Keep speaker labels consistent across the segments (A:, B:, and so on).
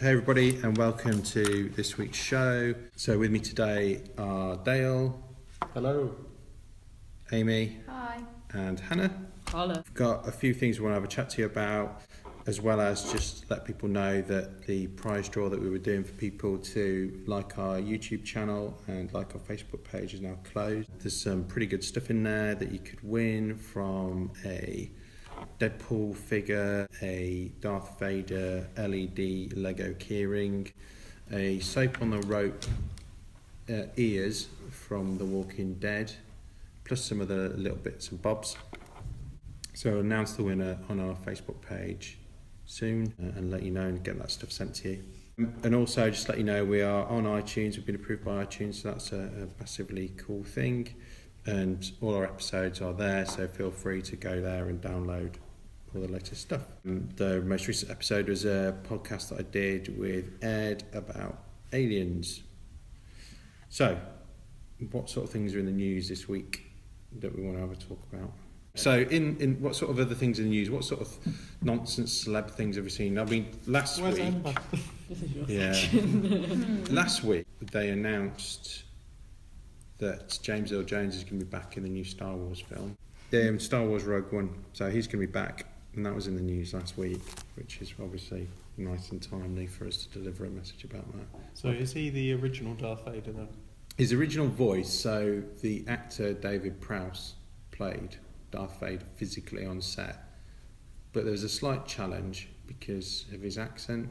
A: Hey everybody, and welcome to this week's show. So with me today are Dale, hello, Amy,
B: Hi.
A: and Hannah.
B: Holla.
A: We've got a few things we want to have a chat to you about, as well as just let people know that the prize draw that we were doing for people to like our YouTube channel and like our Facebook page is now closed. There's some pretty good stuff in there that you could win from a Deadpool figure, a Darth Vader LED Lego keyring, a soap on the rope uh, ears from The Walking Dead, plus some other little bits and bobs. So announce the winner on our Facebook page soon uh, and let you know and get that stuff sent to you. Um, And also just let you know we are on iTunes. We've been approved by iTunes, so that's a, a massively cool thing. And all our episodes are there, so feel free to go there and download all the latest stuff. Um, The most recent episode was a podcast that I did with Ed about aliens. So, what sort of things are in the news this week that we want to have a talk about? So, in, in what sort of other things in the news? What sort of nonsense celeb things have we seen? I mean, last
C: Where's
A: week,
C: Amber?
B: This is your
A: yeah, last week they announced that James Earl Jones is going to be back in the new Star Wars film, um, Star Wars Rogue One. So he's going to be back, and that was in the news last week, which is obviously nice and timely for us to deliver a message about that.
C: So is he the original Darth Vader then?
A: His original voice, so the actor David Prowse played Darth Vader physically on set, but there was a slight challenge because of his accent.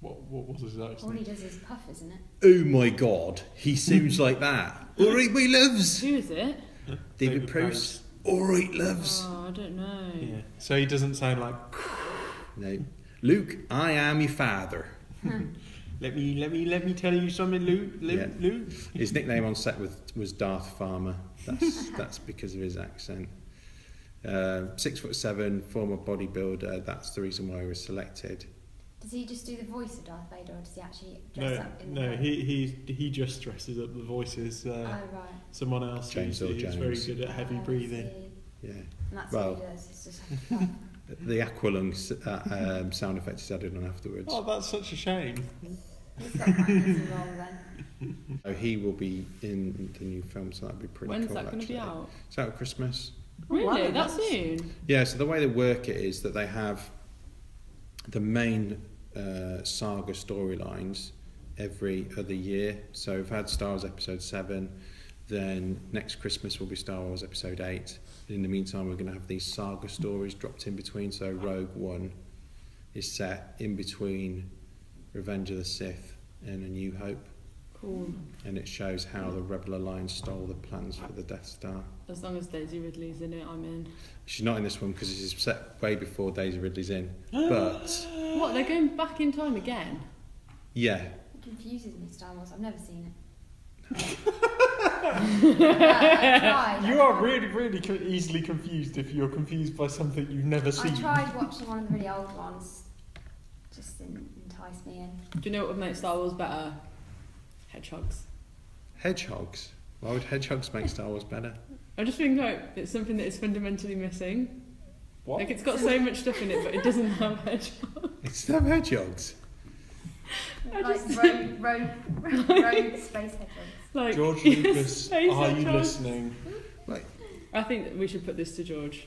C: What what was his
D: All he
C: accent?
D: does is puff, isn't it?
A: Oh my god, he sounds like that. All right, my loves.
B: Who is it?
A: David
C: David
A: Prowse. All right, loves.
B: Oh, I don't know.
C: Yeah. So he doesn't sound like
A: No. Luke, I am your father.
C: let me let me let me tell you something, Luke. Luke,
A: Yeah.
C: Luke.
A: His nickname on set was, was Darth Farmer. That's, that's because of his accent. Uh, six foot seven, former bodybuilder. That's the reason why he was selected.
D: Does he just do the voice of Darth Vader, or does he actually dress
C: No,
D: up in the
C: no.
D: role?
C: He he he just dresses up the voices.
D: Oh
C: Uh,
D: right.
C: someone else
A: James
C: who's,
A: Earl
C: who's very
A: Jones.
C: good at heavy
D: Oh, I
C: breathing.
D: see.
A: Yeah.
D: And that's
A: Well-
D: all he does. It's just like puff.
A: The Aqualung s- uh, um, sound effect is added on afterwards.
C: Oh, that's such a shame.
D: He's got that as a role then.
A: So he will be in the new film, so that'd be pretty
B: When's
A: cool.
B: that going to
A: actually.
B: be out?
C: Oh,
A: It's out at Christmas.
B: Really?
D: wow,
B: that
D: that's-
B: soon?
A: Yeah, so the way they work it is that they have the main uh, saga storylines every other year. So we've had Star Wars Episode 7, then next Christmas will be Star Wars Episode 8. In the meantime, we're going to have these saga stories dropped in between. So Rogue One is set in between Revenge of the Sith and A New Hope,
B: Cool.
A: and it shows how the Rebel Alliance stole the plans for the Death Star.
B: As long as Daisy Ridley's in it, I'm in.
A: She's not in this one because this is set way before Daisy Ridley's in. But
C: Uh,
B: What? They're going back in time again?
A: yeah,
D: It confuses me, Star Wars. I've never seen it. yeah, I tried.
C: You are really really co- easily confused if you're confused by something you've never
D: I
C: seen.
D: tried watching one of the really old ones. Just didn't entice me in.
B: Do you know what would make Star Wars better? Hedgehogs.
A: hedgehogs. Why would hedgehogs make Star Wars better?
B: I just think like it's something that is fundamentally missing.
C: What?
B: Like it's got so much stuff in it, but it doesn't have hedgehogs.
A: It's not hedgehogs.
B: I
D: like
B: just
D: road, road, road, space hedgehogs.
B: Like
C: George
B: yes,
C: Lucas,
B: space
C: are you
B: hedgehogs.
C: listening?
A: Like,
B: I think that we should put this to George.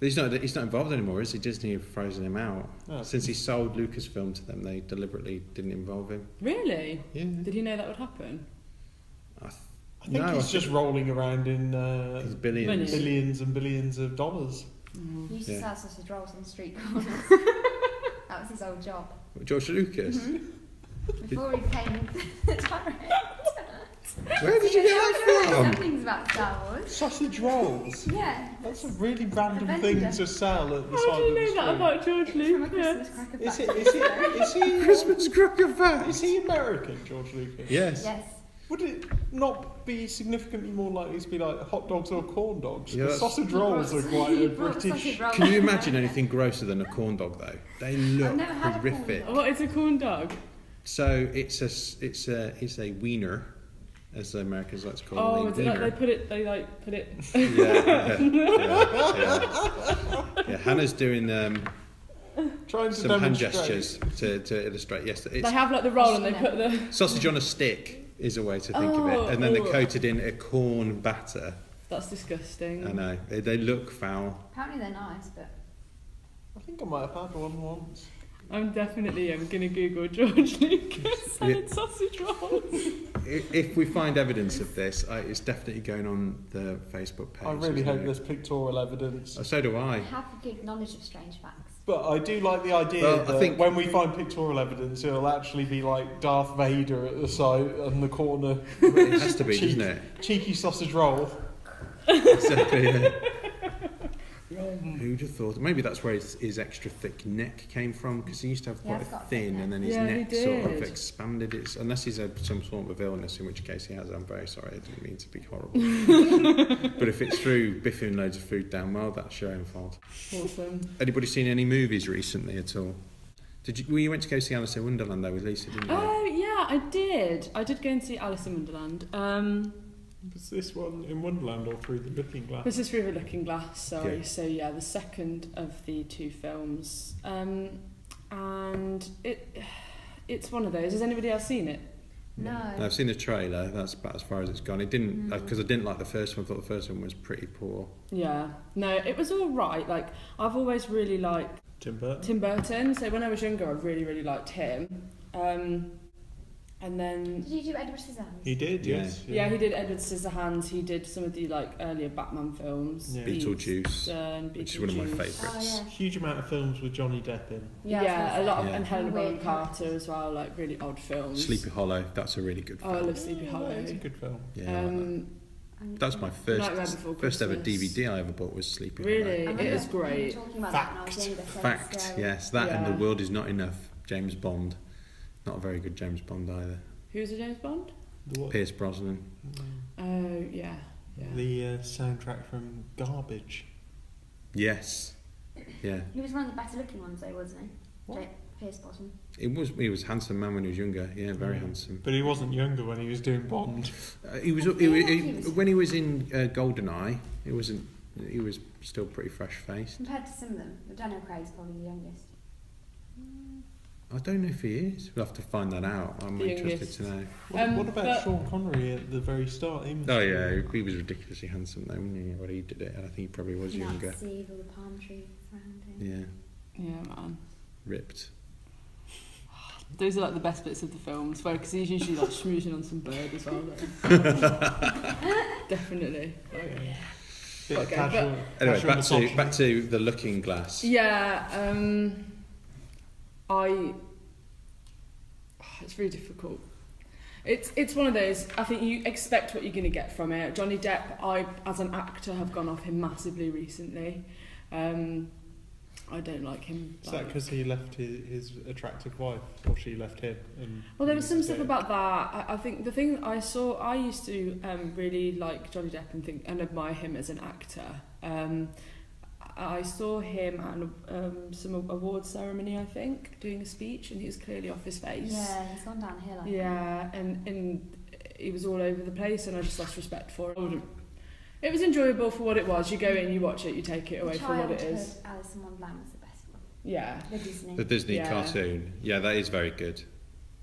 A: but he's not. He's not involved anymore, is he? Disney have frozen him out
C: Oh.
A: since he sold Lucasfilm to them. They deliberately didn't involve him.
B: Really?
A: Yeah.
B: Did he know that would happen?
A: I th-
C: I think
A: No,
C: he's
A: I think-
C: just rolling around in uh,
A: It's billions.
B: Billions.
C: billions and billions of dollars. Mm.
D: He used
A: Yeah.
D: to sell sausage rolls on street corners. that was his old job.
A: George Lucas.
D: Before he became director.
A: Where did you get that from?
D: Something's about Star Wars.
C: Sausage rolls.
D: Yeah.
C: That's a really random thing
D: Avenger.
C: to sell at the
B: How
C: side
B: do you
C: of the
B: know that
C: street.
B: about George
D: It's from a
B: Lucas?
D: Christmas cracker
C: Is it?
D: back.
A: Christmas cracker
C: Is it? Is he? Is
A: facts.
C: he American, George Lucas?
A: Yes.
D: Yes.
C: Would it not be significantly more likely to be like hot dogs or corn dogs?
A: Yeah,
C: 'Cause
A: that's-
C: sausage rolls are quite a British.
A: Can you imagine anything grosser than a corn dog though? They look
D: never had a corn
A: horrific.
D: dog.
B: What is a corn dog?
A: So it's a s- it's a it's a wiener, as the Americans like to call
B: Oh,
A: it.
B: is
A: a
B: it like they
A: wiener.
B: put it? They like put it.
A: yeah, yeah, yeah, yeah. Yeah, Hannah's doing um,
C: Trying to
A: some hand
C: demonstrate.
A: gestures to, to illustrate. Yes, it's
B: They have like the roll and they put the.
A: sausage on a stick is a way to think of
B: Oh,
A: it, and then they're
B: oh.
A: coated in a corn batter.
B: That's disgusting.
A: I know they, they look foul.
D: Apparently they're nice, but
C: I think I might have had one once.
B: I'm definitely um, going to Google George Lucas
A: Yeah.
B: and sausage rolls.
A: I- If we find evidence of this, I, it's definitely going on the Facebook page.
C: I really
A: isn't
C: hope
A: it?
C: there's pictorial evidence.
A: Oh, So do I.
D: I have a good knowledge of strange facts.
C: But I do like the idea
A: Well, I
C: that
A: think-
C: when we find pictorial evidence, it'll actually be like Darth Vader at the side on the corner,
A: It has to be, doesn't it?
C: cheeky sausage roll.
A: Exactly. yeah. Who'd have thought? Maybe that's where his, his extra thick neck came from because he used to have
D: Yeah,
A: quite
D: I've got
A: a
D: a thick
A: thin,
D: neck.
A: and then his
B: Yeah, he
A: neck sort of
B: did.
A: expanded. It's unless he's had some sort of illness, in which case he has. I'm very sorry. I didn't mean to be horrible. but if it's through biffing loads of food down well, that's your own fault.
B: Awesome.
A: Anybody seen any movies recently at all? Did you? Well, you went to go see Alice in Wonderland though with Lisa, didn't you?
B: Oh yeah, I did. I did go and see Alice in Wonderland. Um,
C: Was this one in Wonderland or through the Looking Glass?
B: this is through a Looking Glass,
A: Oh.
B: sorry.
A: Yeah.
B: So yeah, the second of the two films, um, and it it's one of those. Has anybody else seen it?
D: No.
A: I've seen the trailer. That's about as far as it's gone. It didn't
D: Mm.
A: because I didn't like the first one. I thought the first one was pretty poor.
B: Yeah, no, it was all right. Like I've always really liked
C: Tim Burton.
B: Tim Burton. So when I was younger, I really really liked him. Um, and then
D: Did you do Edward Scissorhands?
C: He did,
A: Yeah.
C: yes.
B: Yeah, he did Edward Scissorhands. He did some of the like earlier Batman films.
C: Yeah.
A: Beetlejuice,
B: Stern,
A: which is one of my
B: Beetlejuice.
D: Oh
A: favourites.
D: yeah.
C: Huge amount of films with Johnny Depp in.
B: Yeah,
D: I
B: a
D: was
B: lot
D: gonna
B: of
A: Yeah.
B: and Helena Bonham
D: Weird characters.
B: Carter as well. Like really odd films.
A: Sleepy Hollow. That's a really good
B: Oh, I
A: film.
B: love Sleepy
C: Yeah,
B: Hollow.
C: It's a good film.
A: Yeah, I like that.
B: Um,
D: say. I'm-
A: That's my
B: Nightmare
A: first
B: Before
A: first ever
B: Christmas.
A: DVD I ever bought was Sleepy
B: Really?
A: Hollow.
D: I
B: It
D: remember
B: is great.
D: people Talking about that when I was
A: Fact.
D: younger, so
A: Fact.
D: it's scary.
A: Yes, that and
B: Yeah.
A: the world is not enough. James Bond. Not a very good James Bond either.
B: who's the James Bond?
C: The, what,
A: Pierce Brosnan.
B: Oh yeah, yeah.
C: the uh, soundtrack from Garbage.
A: Yes. Yeah.
D: He was one of the better looking ones though, wasn't he?
C: What?
D: Jake Pierce Bottom.
A: It was he was a handsome man when he was younger. Yeah, very
C: Mm.
A: handsome.
C: But he wasn't younger when he was doing Bond.
A: Uh, he was,
D: I
A: he,
D: feel
A: was-
D: like
A: he-
D: he was-
A: when he was in uh, Goldeneye. It wasn't. He was still pretty fresh faced.
D: Compared to some of them, but Daniel Craig's probably the youngest.
A: I don't know if he is. We'll have to find that out. I'm
B: The
A: interested
B: youngest.
A: to know.
C: What,
B: Um,
C: what about
B: but-
C: Sean Connery at the very start? He was-
A: Oh yeah, he was ridiculously handsome though. When he, when he did it, and I think he probably was
D: You
A: younger.
D: can't see all the palm trees around him.
A: Yeah,
B: Yeah, man.
A: ripped.
B: Those are like the best bits of the films, because he's usually like schmoozing on some bird as well. Though. Definitely.
C: Bit of
B: Okay,
C: casual,
A: Anyway,
C: casual
A: back to
C: misogyny.
A: back to the Looking Glass.
B: Yeah, um, I. oh, It's very difficult. It's it's one of those. I think you expect what you're going to get from it. Johnny Depp, I as an actor have gone off him massively recently. Um, I don't like him.
C: Is that
B: like-
C: because he left his, his attractive wife, or she left him? And
B: Well, there was some
C: he
B: stuff
C: dead?
B: about that. I, I think the thing I saw, I used to um, really like Johnny Depp and think and admire him as an actor. Um, I I saw him at an, um, some award ceremony, I think, doing a speech, and he was clearly off his face.
D: Yeah, he's gone downhill. I think.
B: Yeah, and and he was all over the place, and I just lost respect for it. I wouldn't- It was enjoyable for what it was. You go in, you watch it, you take it away for what it is.
D: Childhood Alice in Wonderland was the best one.
B: Yeah.
D: The Disney.
A: The Disney
B: Yeah.
A: cartoon. Yeah, that is very good.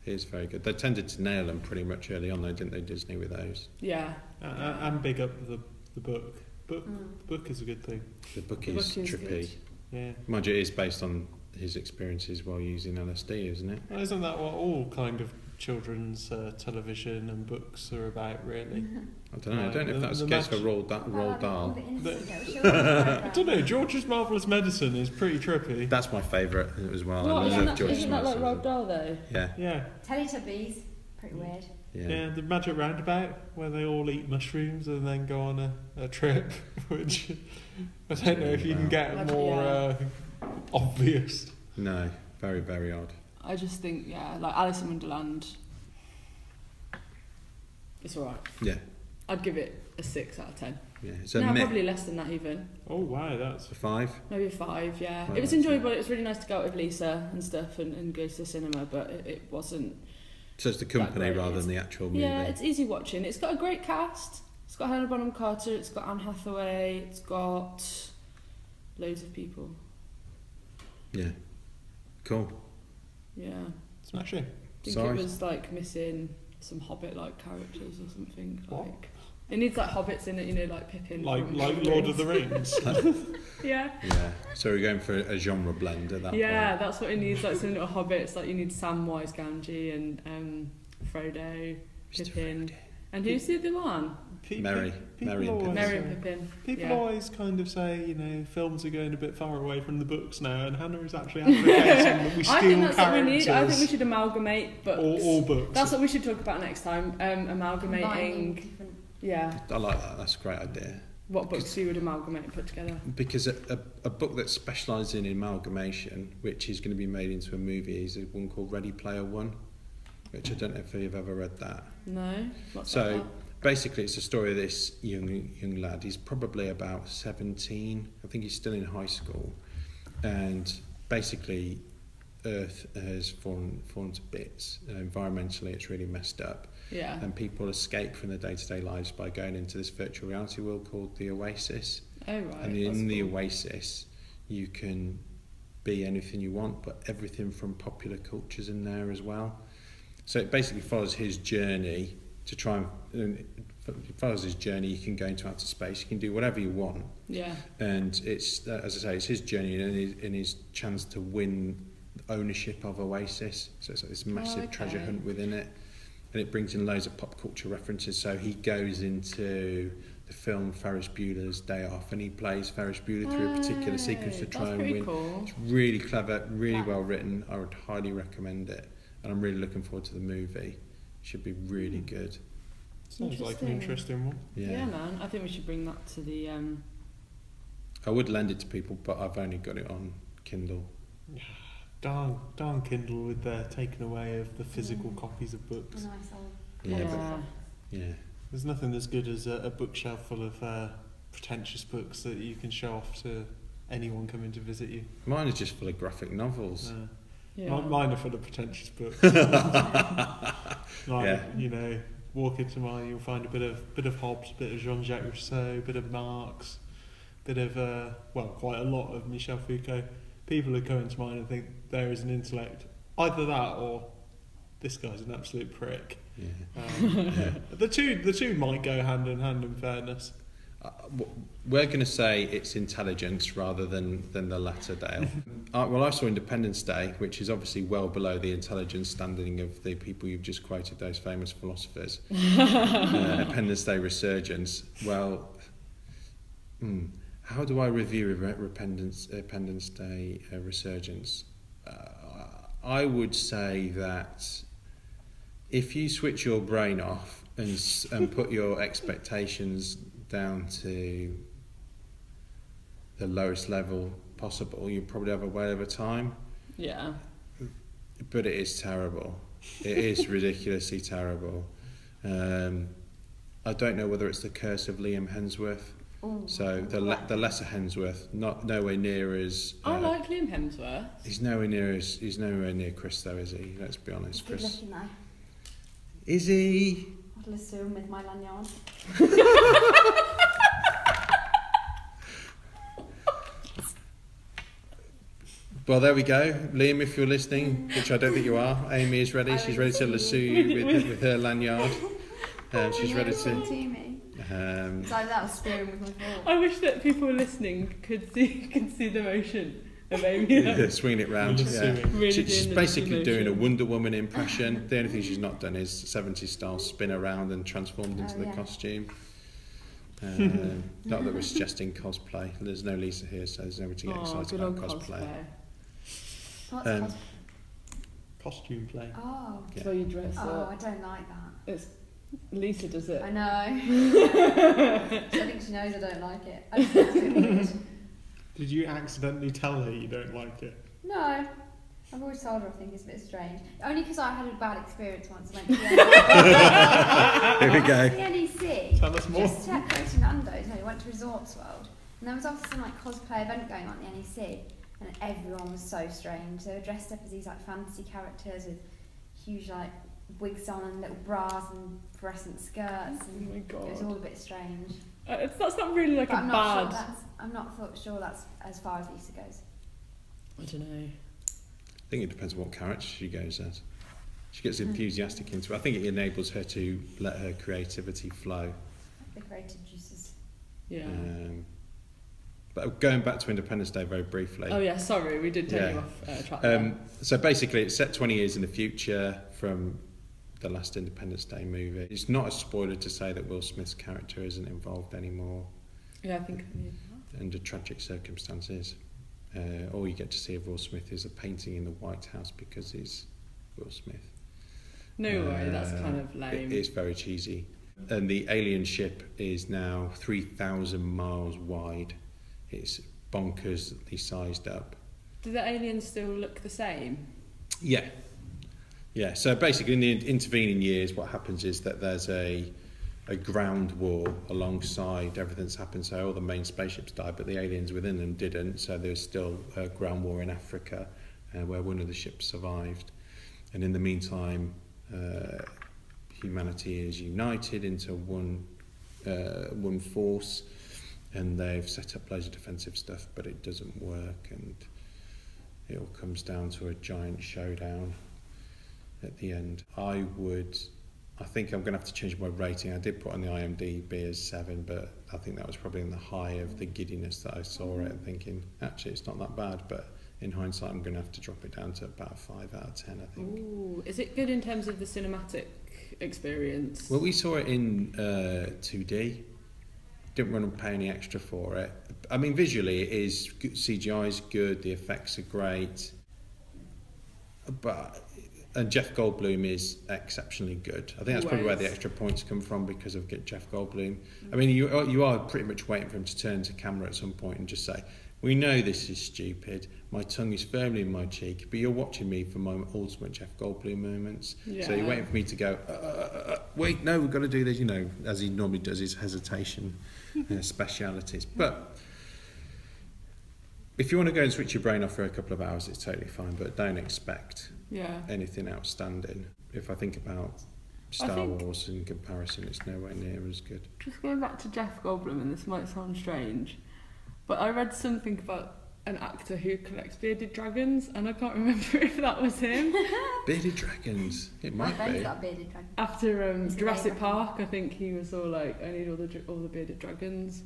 A: It is very good. They tended to nail them pretty much early on, though, didn't they, Disney, with those?
B: Yeah.
C: A- a- and big up the the book. Book
D: Mm.
C: book is a good thing.
A: The book
B: The
A: is
B: book is
A: trippy.
B: good.
C: Yeah.
A: Mind you, it is based on his experiences while using LSD, isn't it?
C: Well, isn't that what all kind of children's uh, television and books are about, really?
B: Mm-hmm.
A: I don't know. I
C: Right,
A: don't know if
C: the-
A: that's the
C: the
A: case
C: match-
A: for Roald,
B: Uh,
A: da- Roald Dahl.
C: I don't know. George's Marvelous Medicine is pretty trippy.
A: That's my favourite as well.
B: Well,
A: I
B: isn't
A: love
B: that,
A: George
B: isn't that like
A: Martin.
B: Roald Dahl though?
A: Yeah,
C: Yeah,
D: Teletubbies,
A: Mm.
D: pretty weird.
A: yeah.
C: yeah, The Magic Roundabout, where they all eat mushrooms and then go on a, a trip, which I don't know if you can get
B: Magic-
C: more uh, obvious.
A: No, very, very odd.
B: I just think, yeah, like Alice in Wonderland. It's alright.
A: Yeah,
B: I'd give it a six out of ten.
A: yeah. It's a
B: no,
A: meh.
B: probably less than that even.
C: Oh wow, that's
A: It's a five.
B: Maybe a five. Yeah,
A: Right,
B: it was
A: that's
B: enjoyable. It was really nice to go out with Lisa and stuff and, and go to the cinema, but it, it wasn't.
A: So it's the company
B: great,
A: rather
B: is
A: than the actual movie.
B: Yeah, it's easy watching. It's got a great cast. It's got Helena Bonham Carter. It's got Anne Hathaway. It's got loads of people.
A: Yeah. Cool.
B: Yeah.
C: Smashing.
B: I think
A: Sorry.
B: it was like missing some Hobbit like characters or something.
C: What?
B: Like it needs like hobbits in it, you know, like Pippin.
C: Like
B: from
C: like
B: Lord
C: Lord of the Rings.
B: Yeah.
A: Yeah. So we're going for a genre blend at that
B: yeah,
A: point.
B: that's what it needs, like some little hobbits, like you need Samwise Gamgee and um Frodo,
A: Mr.
B: Pippin. And who's the other one?
C: Pe- pe-
A: Merry.
C: people
A: Merry and Pippin.
C: always
B: Merry and
C: say-
B: Pippin.
C: People
B: yeah.
C: always kind of say, you know, films are going a bit far away from the books now, and Hannah is actually advocating that we steal
B: I think that's what we
C: characters
B: need. I think we should amalgamate books.
C: or, or books.
B: That's what we should talk about next time. Um, amalgamating,
D: different
B: yeah,
A: I like that. That's a great idea.
B: what books you would amalgamate and put together.
A: Because a, a, a book that specialises in amalgamation, which is going to be made into a movie, is one called Ready Player One, which I don't know if you've ever read that.
B: No, what's that
A: So
B: about?
A: basically, it's the story of this young young lad. He's probably about seventeen. I think he's still in high school, and basically, Earth has fallen fallen to bits. Uh, environmentally, it's really messed up,
B: yeah,
A: and people escape from their day to day lives by going into this virtual reality world called the Oasis.
B: oh right,
A: and in
B: that's
A: the
B: cool.
A: Oasis, you can be anything you want, but everything from popular culture's in there as well. So it basically follows his journey to try and, and uh, it follows his journey. You can go into outer space, you can do whatever you want,
B: yeah,
A: and it's uh, as I say, it's his journey and his, and his chance to win ownership of Oasis. So it's like this massive treasure
B: Oh, okay.
A: hunt within it, and it brings in loads of pop culture references. So he goes into the film Ferris Bueller's Day Off, and he plays Ferris Bueller through a particular sequence to
B: Hey,
A: try
B: Oh, that's
A: and
B: pretty
A: win.
B: Cool.
A: It's really clever, really
D: Wow.
A: well written. I would highly recommend it, and I'm really looking forward to the movie. Should be really good.
C: Sounds like an interesting one.
B: Hmm. Yeah. man, I think we should bring that to the. Um,
A: I would lend it to people, but I've only got it on Kindle.
C: Darn, darn Kindle with their taking away of the physical
D: Mm.
C: copies of
D: a
C: books.
D: nice old
A: Yeah, but-
B: yeah.
A: Yeah.
C: There's nothing as good as a, a bookshelf full of uh, pretentious books that you can show off to anyone coming to visit you.
A: Mine is just full of graphic novels.
C: Uh,
B: yeah.
C: mi- Mine are full of pretentious books. like
A: Yeah.
C: you know, walk into mine, you'll find a bit of bit of Hobbes, bit of Jean-Jacques Rousseau, bit of Marx, bit of uh, well, quite a lot of Michel Foucault. People who come into mine and think there is an intellect, either that or this guy's an absolute prick.
A: Yeah.
C: Um,
A: yeah.
C: the two the two might go hand in hand. In fairness,
A: Uh, w- We're going to say it's intelligence rather than, than the latter, Dale. uh, well, I saw Independence Day, which is obviously well below the intelligence standing of the people you've just quoted, those famous philosophers. uh, Independence Day resurgence. Well, hmm, how do I review Re- Repentance, Independence Day uh, resurgence? Uh, I would say that if you switch your brain off and s- and put your expectations down to the lowest level possible, you probably have a whale of a time.
B: yeah,
A: But it is terrible. It is ridiculously terrible. Um, I don't know whether it's the curse of Liam Hemsworth.
D: Ooh.
A: So the le- the lesser Hemsworth, not nowhere near as.
B: I
A: uh,
B: like Liam Hemsworth.
A: He's nowhere near as he's nowhere near Chris though, is he? Let's be
D: It's
A: honest,
D: good
A: Chris.
D: looking though.
A: Is he?
D: I'll assume with my lanyard.
A: Well, there we go. Liam, if you're listening, which I don't think you are, Amy is ready.
D: I
A: She's
D: was
A: ready to
D: listening.
A: lasso you with, with her lanyard. Um, she's
D: Yeah,
A: ready
D: it's
A: to.
D: on me.
A: Um,
D: It's like that was steering with my ball.
B: I wish that people listening could see could see the motion of Amy.
A: yeah, swinging it round.
C: We'll
A: Yeah.
C: assume.
B: Really
A: She-
B: doing
A: she's
B: the
A: basically doing a
B: motion.
A: Wonder Woman impression. The only thing she's not done is 70s style spin around and transformed
D: Oh,
A: into the
D: yeah.
A: costume. Um, not that we're suggesting cosplay. There's no Lisa here, so there's nobody to get
B: Oh,
A: excited
B: good
A: about
B: on
A: uh, cosplay.
B: cosplay.
D: What's
A: Um,
D: cos-
C: costume play.
D: Oh.
A: Yeah.
B: That's where you dress
D: Oh, I
B: up.
D: don't like that.
B: It's Lisa does it.
D: I know. I think she knows I don't like it. I just think it's a bit weird.
C: Did you accidentally tell her you don't like it?
D: No. I've always told her I think it's a bit strange. Only because I had a bad experience once. I went to the
A: Here we go.
D: The NEC.
C: Tell us more.
D: Just to go to Nando's. No, we went to Resorts World. And there was obviously some like cosplay event going on at the NEC. And everyone was so strange. They were dressed up as these like fantasy characters with huge like wigs on and little bras and fluorescent skirts.
B: Oh
D: And
B: my
D: it was all a
B: god.
D: bit strange.
B: Uh, it's, that's not really like
D: but
B: a
D: I'm not
B: bad.
D: sure that's I'm not thought sure that's as far as Lisa goes.
B: I don't know.
A: I think it depends on what character she goes as. She gets
B: Hmm.
A: enthusiastic into it. I think it enables her to let her creativity flow.
D: The creative juices.
B: Yeah.
A: Um, but going back to Independence Day very briefly.
B: Oh yeah, sorry, we did turn
A: Yeah.
B: you off uh, track. there.
A: Um, so basically, it's set 20 years in the future from the last Independence Day movie. It's not a spoiler to say that Will Smith's character isn't involved anymore
B: yeah, I think I need that.
A: under tragic circumstances. Uh, all you get to see of Will Smith is a painting in the White House because he's Will Smith.
B: No way, that's
A: Uh,
B: kind of lame.
A: It is very cheesy. And the alien ship is now 3,000 miles wide. It's bonkers, they sized up.
B: Do the aliens still look the same?
A: Yeah. Yeah, so basically in the intervening years what happens is that there's a a ground war alongside everything's happened so all the main spaceships died but the aliens within them didn't so there's still a ground war in Africa uh, where one of the ships survived and in the meantime uh, humanity is united into one uh, one force and they've set up loads of defensive stuff but it doesn't work and it all comes down to a giant showdown at the end. I would, I think I'm going to have to change my rating. I did put on the IMDb as seven, but I think that was probably in the high of the giddiness that I saw it and thinking, actually, it's not that bad. But in hindsight, I'm going to have to drop it down to about a five out of ten, I think.
B: Ooh, is it good in terms of the cinematic experience?
A: Well, we saw it in uh, 2D. Didn't run and pay any extra for it. I mean, visually, it is good, CGI is good. The effects are great, but and Jeff Goldblum is exceptionally good. I think that's probably where the
B: Always.
A: extra points come from because of get- Jeff Goldblum. I mean, you are- you are pretty much waiting for him to turn to camera at some point and just say, "We know this is stupid. My tongue is firmly in my cheek, but you're watching me for my ultimate Jeff Goldblum moments." So
B: Yeah.
A: you're waiting for me to go, uh, uh, uh, wait, no, we've got to do this, you know, as he normally does his hesitation uh, specialities. But if you want to go and switch your brain off for a couple of hours, it's totally fine, but don't expect
B: yeah.
A: anything outstanding. If I think about Star
B: think-
A: Wars in comparison, it's nowhere near as good.
B: Just going back to Jeff Goldblum, and this might sound strange, but I read something about an actor who collects bearded dragons, and I can't remember if that was him.
A: Bearded Dragons, it
D: My
A: might
D: friend's
A: be.
D: got a bearded dragon.
B: After um,
D: Is it
B: Jurassic
D: Abraham?
B: Park, I think he was all like, "I need all the dra- all the bearded dragons."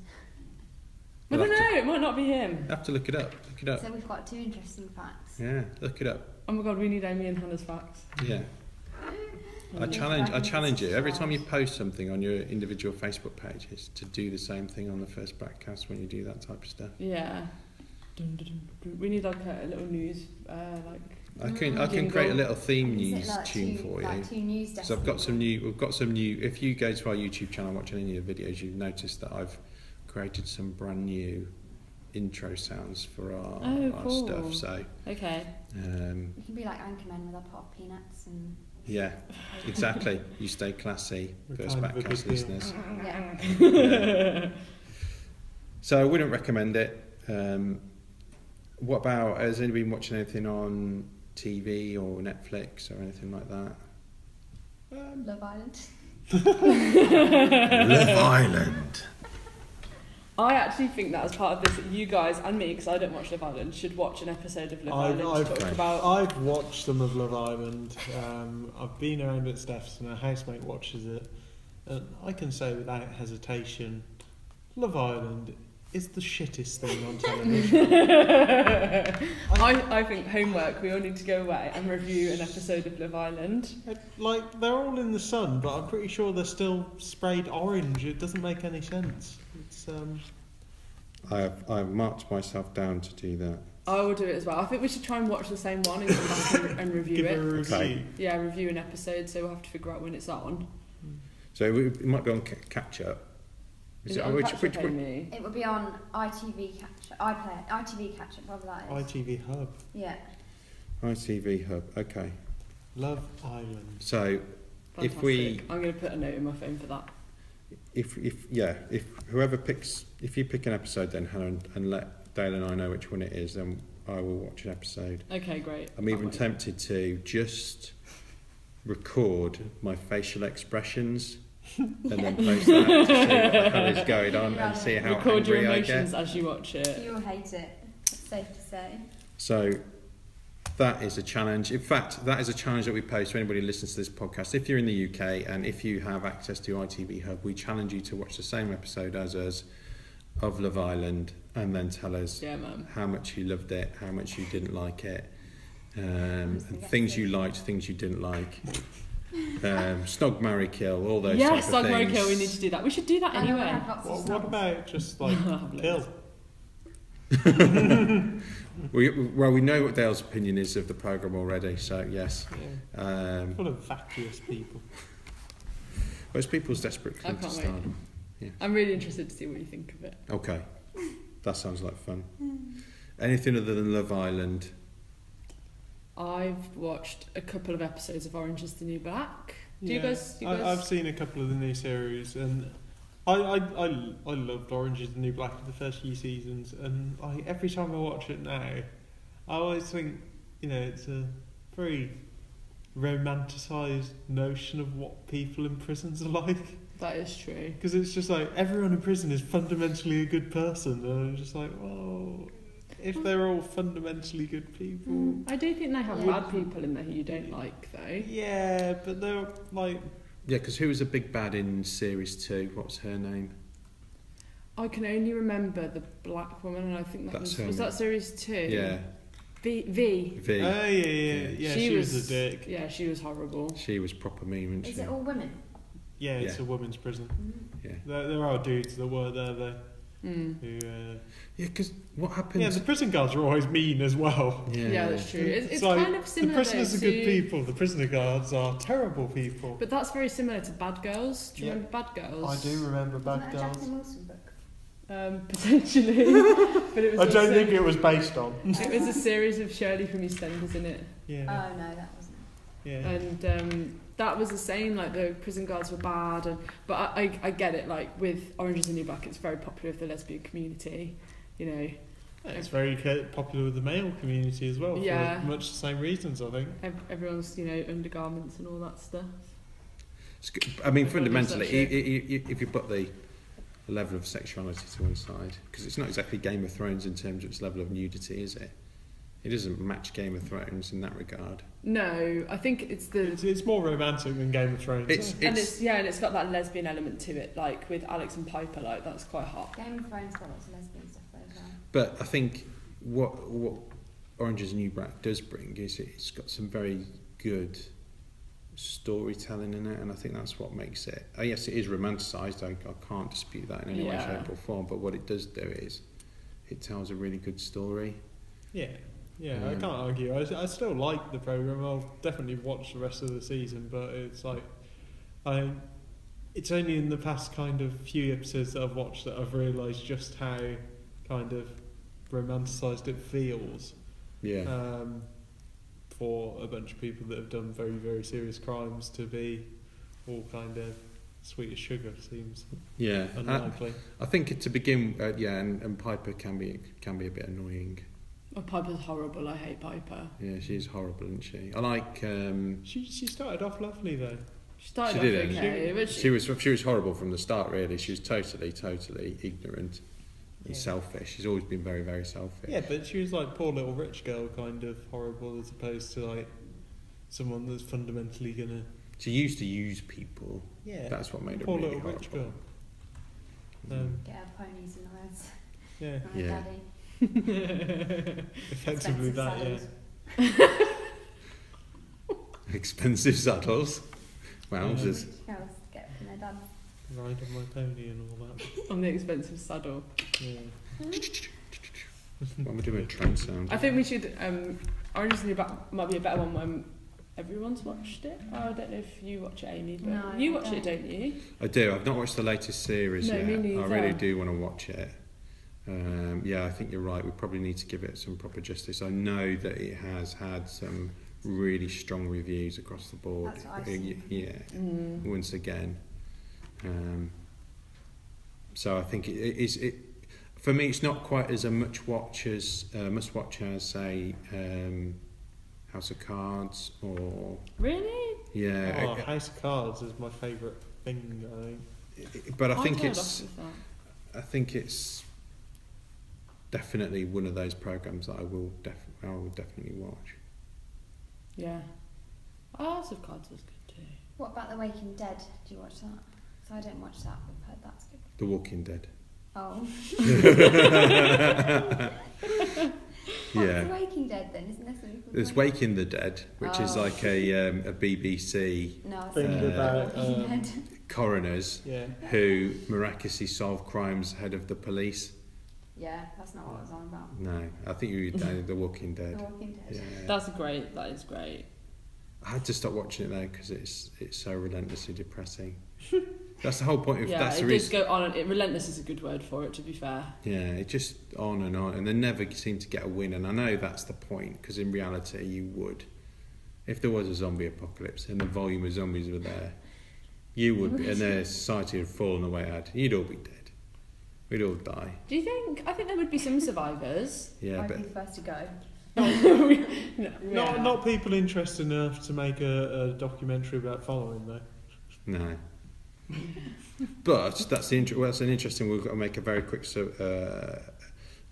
B: I
A: We'll
B: don't
A: have
B: know. It might not be him.
A: Have to look it up, look it up.
D: So we've got two interesting facts.
A: Uh, Yeah, look it up.
B: Oh my god, we need Amy and Hannah's facts.
A: Yeah. I
D: Mm.
A: challenge I
D: Dragons
A: challenge you every
D: slash-
A: time you post something on your individual Facebook pages to do the same thing on the first broadcast when you do that type of stuff.
B: Yeah. Dun, dun, dun, dun. We need like a, a little news, uh, like
A: I can I can
B: Jingle.
A: create a little theme
D: Is it
A: news
D: like
A: tune
D: two,
A: for you.
D: Like two news
A: So I've got
D: decimals?
A: some new we've got some new if you go to our YouTube channel and watch any of the videos you've noticed that I've created some brand new intro sounds for our,
B: Oh,
A: our
B: cool.
A: stuff. So
B: okay.
A: um,
D: We can be like Anchorman with our pot of peanuts and.
A: yeah, exactly. you stay classy,
C: We're
A: first
C: kind of a
A: backcast
C: big deal.
A: listeners.
D: Yeah.
A: Yeah. so I wouldn't recommend it. Um, what about has anybody been watching anything on TV or Netflix or anything like that?
C: um,
D: Love Island.
A: Love Island.
B: I actually think that as part of this, you guys and me, because I don't watch Love Island, should watch an episode of Love
C: I've,
B: Island to
C: I've,
B: talk
A: okay.
B: about.
C: I've watched some of Love Island. Um, I've been around at Steph's and a housemate watches it. And I can say without hesitation, Love Island is the shittest thing on television.
B: I, I think homework, we all need to go away and review an episode of Love Island.
C: It- like, they're all in the sun, but I'm pretty sure they're still sprayed orange. It doesn't make any sense. It's, um,
A: I've I've marked myself down to do that.
B: I will do it as well. I think we should try and watch the same one and come back and, and review
C: give it a
B: it.
C: review.
A: Okay.
B: Yeah, review an episode, so we'll have to figure out when it's on.
A: So we, it might be on ca- catch up.
B: Is it on
A: which-
B: Catch
A: which-
B: Up, Amy?
D: It would be on ITV Catch Up. iPlayer. ITV Catch Up, whatever that is.
C: ITV Hub.
D: yeah.
A: ITV Hub. Okay.
C: Love Island.
A: So If we-
B: Fantastic. I'm going to put a note in my phone for that.
A: if if yeah if whoever picks if you pick an episode then Hannah and, and let Dale and I know which one it is then I will watch an episode.
B: Okay, great.
A: I'm even
B: Can't wait.
A: tempted to just record my facial expressions and then post that to see what the hell is going on and see how
B: Record your
A: angry I
B: emotions
A: get.
B: as you watch it.
D: You'll hate it. It's safe to say.
A: So that is a challenge. In fact, that is a challenge that we pose to anybody who listens to this podcast. If you're in the UK and if you have access to ITV Hub, we challenge you to watch the same episode as us of Love Island and then tell us
B: Yeah, man.
A: how much you loved it, how much you didn't like it, um, and
D: Yes.
A: things you liked, things you didn't like. Um, snog, marry, kill, all those
B: Yes,
A: type of
B: Sogmo
A: things.
B: Kill, "Oh, we need to do that. We should do that
D: And I would
B: anyway.
D: have lots of
C: What,
D: snobs.
C: what about just like
B: Lovely.
C: kill?
A: We, well, we know what Dale's opinion is of the programme already, so yes.
C: Yeah.
A: Um,
C: Full of vacuous people.
A: well, it's people's desperate
B: I
A: cling to
B: can't wait.
A: stardom.
B: I'm really interested to see what you think of it.
A: Okay. That sounds like fun.
B: Hmm.
A: Anything other than Love Island?
B: I've watched a couple of episodes of Orange is the New Black. Do you guys? Do you guys?
C: I, I've seen a couple of the new series, and I I, I, I loved Orange is the New Black for the first few seasons, and I, every time I watch it now, I always think, you know, it's a very romanticised notion of what people in prisons are like.
B: That is true.
C: Because it's just like everyone in prison is fundamentally a good person, and I'm just like, well,
B: Hmm.
C: if they're all fundamentally good people,
D: Mm.
B: I do think they have
D: Yeah.
B: bad people in there who you don't like, though.
C: yeah, but they're like,
A: Yeah, because who was the big bad in series two? What's her name?
B: I can only remember the black woman, and I think that
A: That's
B: was,
A: her,
B: was
A: yeah.
B: that series two.
A: Yeah,
B: V. v.
A: V.
C: oh yeah, yeah, yeah, she, was, a dick. Yeah,
B: Yeah, she was horrible.
A: she was proper mean, wasn't
D: Is
A: she?
D: it all women?
C: it's a women's prison.
A: yeah,
C: There, there are dudes that were there though.
B: Mm.
C: Who, uh,
A: yeah. Because what happens?
C: yeah, the prison guards are always mean as well.
B: Yeah. that's true. It's, it's
C: like,
B: kind of similar.
C: The prisoners
B: though,
C: are good
B: to-
C: people. The prisoner guards are terrible people.
B: But that's very similar to Bad Girls. Do you
C: Yeah.
B: remember Bad Girls?
C: I do remember
D: Isn't
C: bad
D: that a
C: girls.
D: Jacqueline Wilson book?
B: Um, potentially, but it was.
C: I don't
B: also-
C: think it was based on.
B: It was a series of Shirley from EastEnders in it,
C: Yeah,
D: Oh no, that wasn't. it.
C: yeah.
B: and um, that was the same. Like the prison guards were bad, and but I, I, I get it. Like with Orange Is the New Black, it's very popular with the lesbian community. You know,
C: It's very ca- popular with the male community as well
B: Yeah.
C: for much the same reasons, I think.
B: ev- everyone's you know undergarments and all that stuff.
A: It's good. I mean,
B: Everyone
A: fundamentally,
B: does that
A: i- i- i- if you put the the level of sexuality to one side, because it's not exactly Game of Thrones in terms of its level of nudity, is it? It doesn't match Game of Thrones in that regard.
B: No, I think it's the
C: It's, it's more romantic than Game of Thrones.
A: It's
B: and
A: it's
B: it's yeah, and it's got that lesbian element to it. Like with Alex and Piper, like that's quite hot.
D: Game of Thrones got lots of lesbian stuff though as well.
A: But I think what what Orange is the New Black does bring is it's got some very good storytelling in it, and I think that's what makes it. Uh, yes, it is romanticised. I, I can't dispute that in any way,
B: Yeah.
A: shape, or form. But what it does do is it tells a really good story.
C: yeah, yeah, I
A: Mm.
C: can't argue. I, I still like the program. I'll definitely watch the rest of the season, but it's like, I, it's only in the past kind of few episodes that I've watched that I've realised just how kind of romanticised it feels.
A: Yeah,
C: um, for a bunch of people that have done very, very serious crimes to be all kind of sweet as sugar seems
A: yeah. And I,
C: unlikely.
A: I think to begin, uh, yeah, and, and Piper can be can be a bit annoying.
B: Oh, Piper's horrible. I hate Piper.
A: Yeah, she's horrible, isn't she? I like. Um,
C: She, she started off lovely though.
B: She started
A: She
B: off
A: did, didn't
B: okay, but she,
A: she was she was horrible from the start. Really, she was totally totally ignorant. and
C: Yeah.
A: selfish. She's always been very, very selfish.
C: yeah, but she was like poor little rich girl kind of horrible as opposed to like someone that's fundamentally gonna
A: She used to use people.
C: yeah
A: That's what made her
C: poor
A: really
C: little
A: horrible.
C: rich girl. Um,
D: Get our ponies and the words.
C: yeah,
D: Mum and
A: Yeah.
D: Daddy.
C: effectively
D: Expensive
C: that. Yeah,
D: saddles.
A: Expensive saddles. Wowzers.
D: Girls get from their dads.
C: ride on my pony and all that.
B: on the expensive saddle.
C: Yeah.
A: Why am I doing a train sound?
B: I think we should. Um, Orange is the New Black might be a better one when everyone's watched it. Oh, I don't know if you watch it, Amy, but
D: No,
B: you
D: I
B: watch it, don't you?
A: I do. I've not watched the latest series
B: No,
A: yet.
B: me
A: I
B: neither.
A: really do want to watch it. Um, yeah, I think you're right. We probably need to give it some proper justice. I know that it has had some really strong reviews across the board.
D: That's what I've
A: Uh, y-
D: seen.
A: Yeah.
B: Mm.
A: once again. Um, so I think it it is it, for me. It's not quite as a much watch as uh, must watch as say um, House of Cards or
B: Really?
A: yeah.
C: Oh, House of Cards is my favourite thing. I think.
A: it- it- but I think
B: turned
A: it's
B: off with that.
A: I think it's definitely one of those programs that I will def- I will definitely watch.
B: Yeah. Oh, House of Cards was good too.
D: What about The Waking Dead? Do you watch that? So I don't watch that, but I've heard that's good.
A: The Walking Dead.
D: Oh. What's The
A: yeah.
D: Waking Dead then? Isn't there something called
A: There's
D: The
A: Waking the Dead, which is
D: Oh.
A: like a, um, a BBC
D: No, it's
A: Thinking
D: not.
C: about,
D: Walking
C: um,
D: Dead.
A: coroners
C: Yeah.
A: who miraculously solve crimes ahead of the police.
D: Yeah, that's not what it was on about.
A: No, I think you read down The Walking
D: The
A: Dead.
D: Walking Dead.
A: Yeah.
B: That's great. That is great.
A: I had to stop watching it though because it's it's so relentlessly depressing. that's the whole point of
B: yeah,
A: that's
B: it
A: the
B: did
A: reason.
B: go on. And it relentless is a good word for it. To be fair.
A: Yeah, it just on and on, and they never seem to get a win. And I know that's the point because in reality, you would, if there was a zombie apocalypse and the volume of zombies were there, you would, be, and the society had fallen the way it had. You'd all be dead. We'd all die.
B: Do you think? I think there would be some survivors.
A: Yeah,
D: I'd
A: but
D: be the first to go.
B: no,
C: Not not people interested enough to make a, a documentary about following though.
A: No. but that's the inter- well, that's an interesting. We've got to make a very quick so, uh,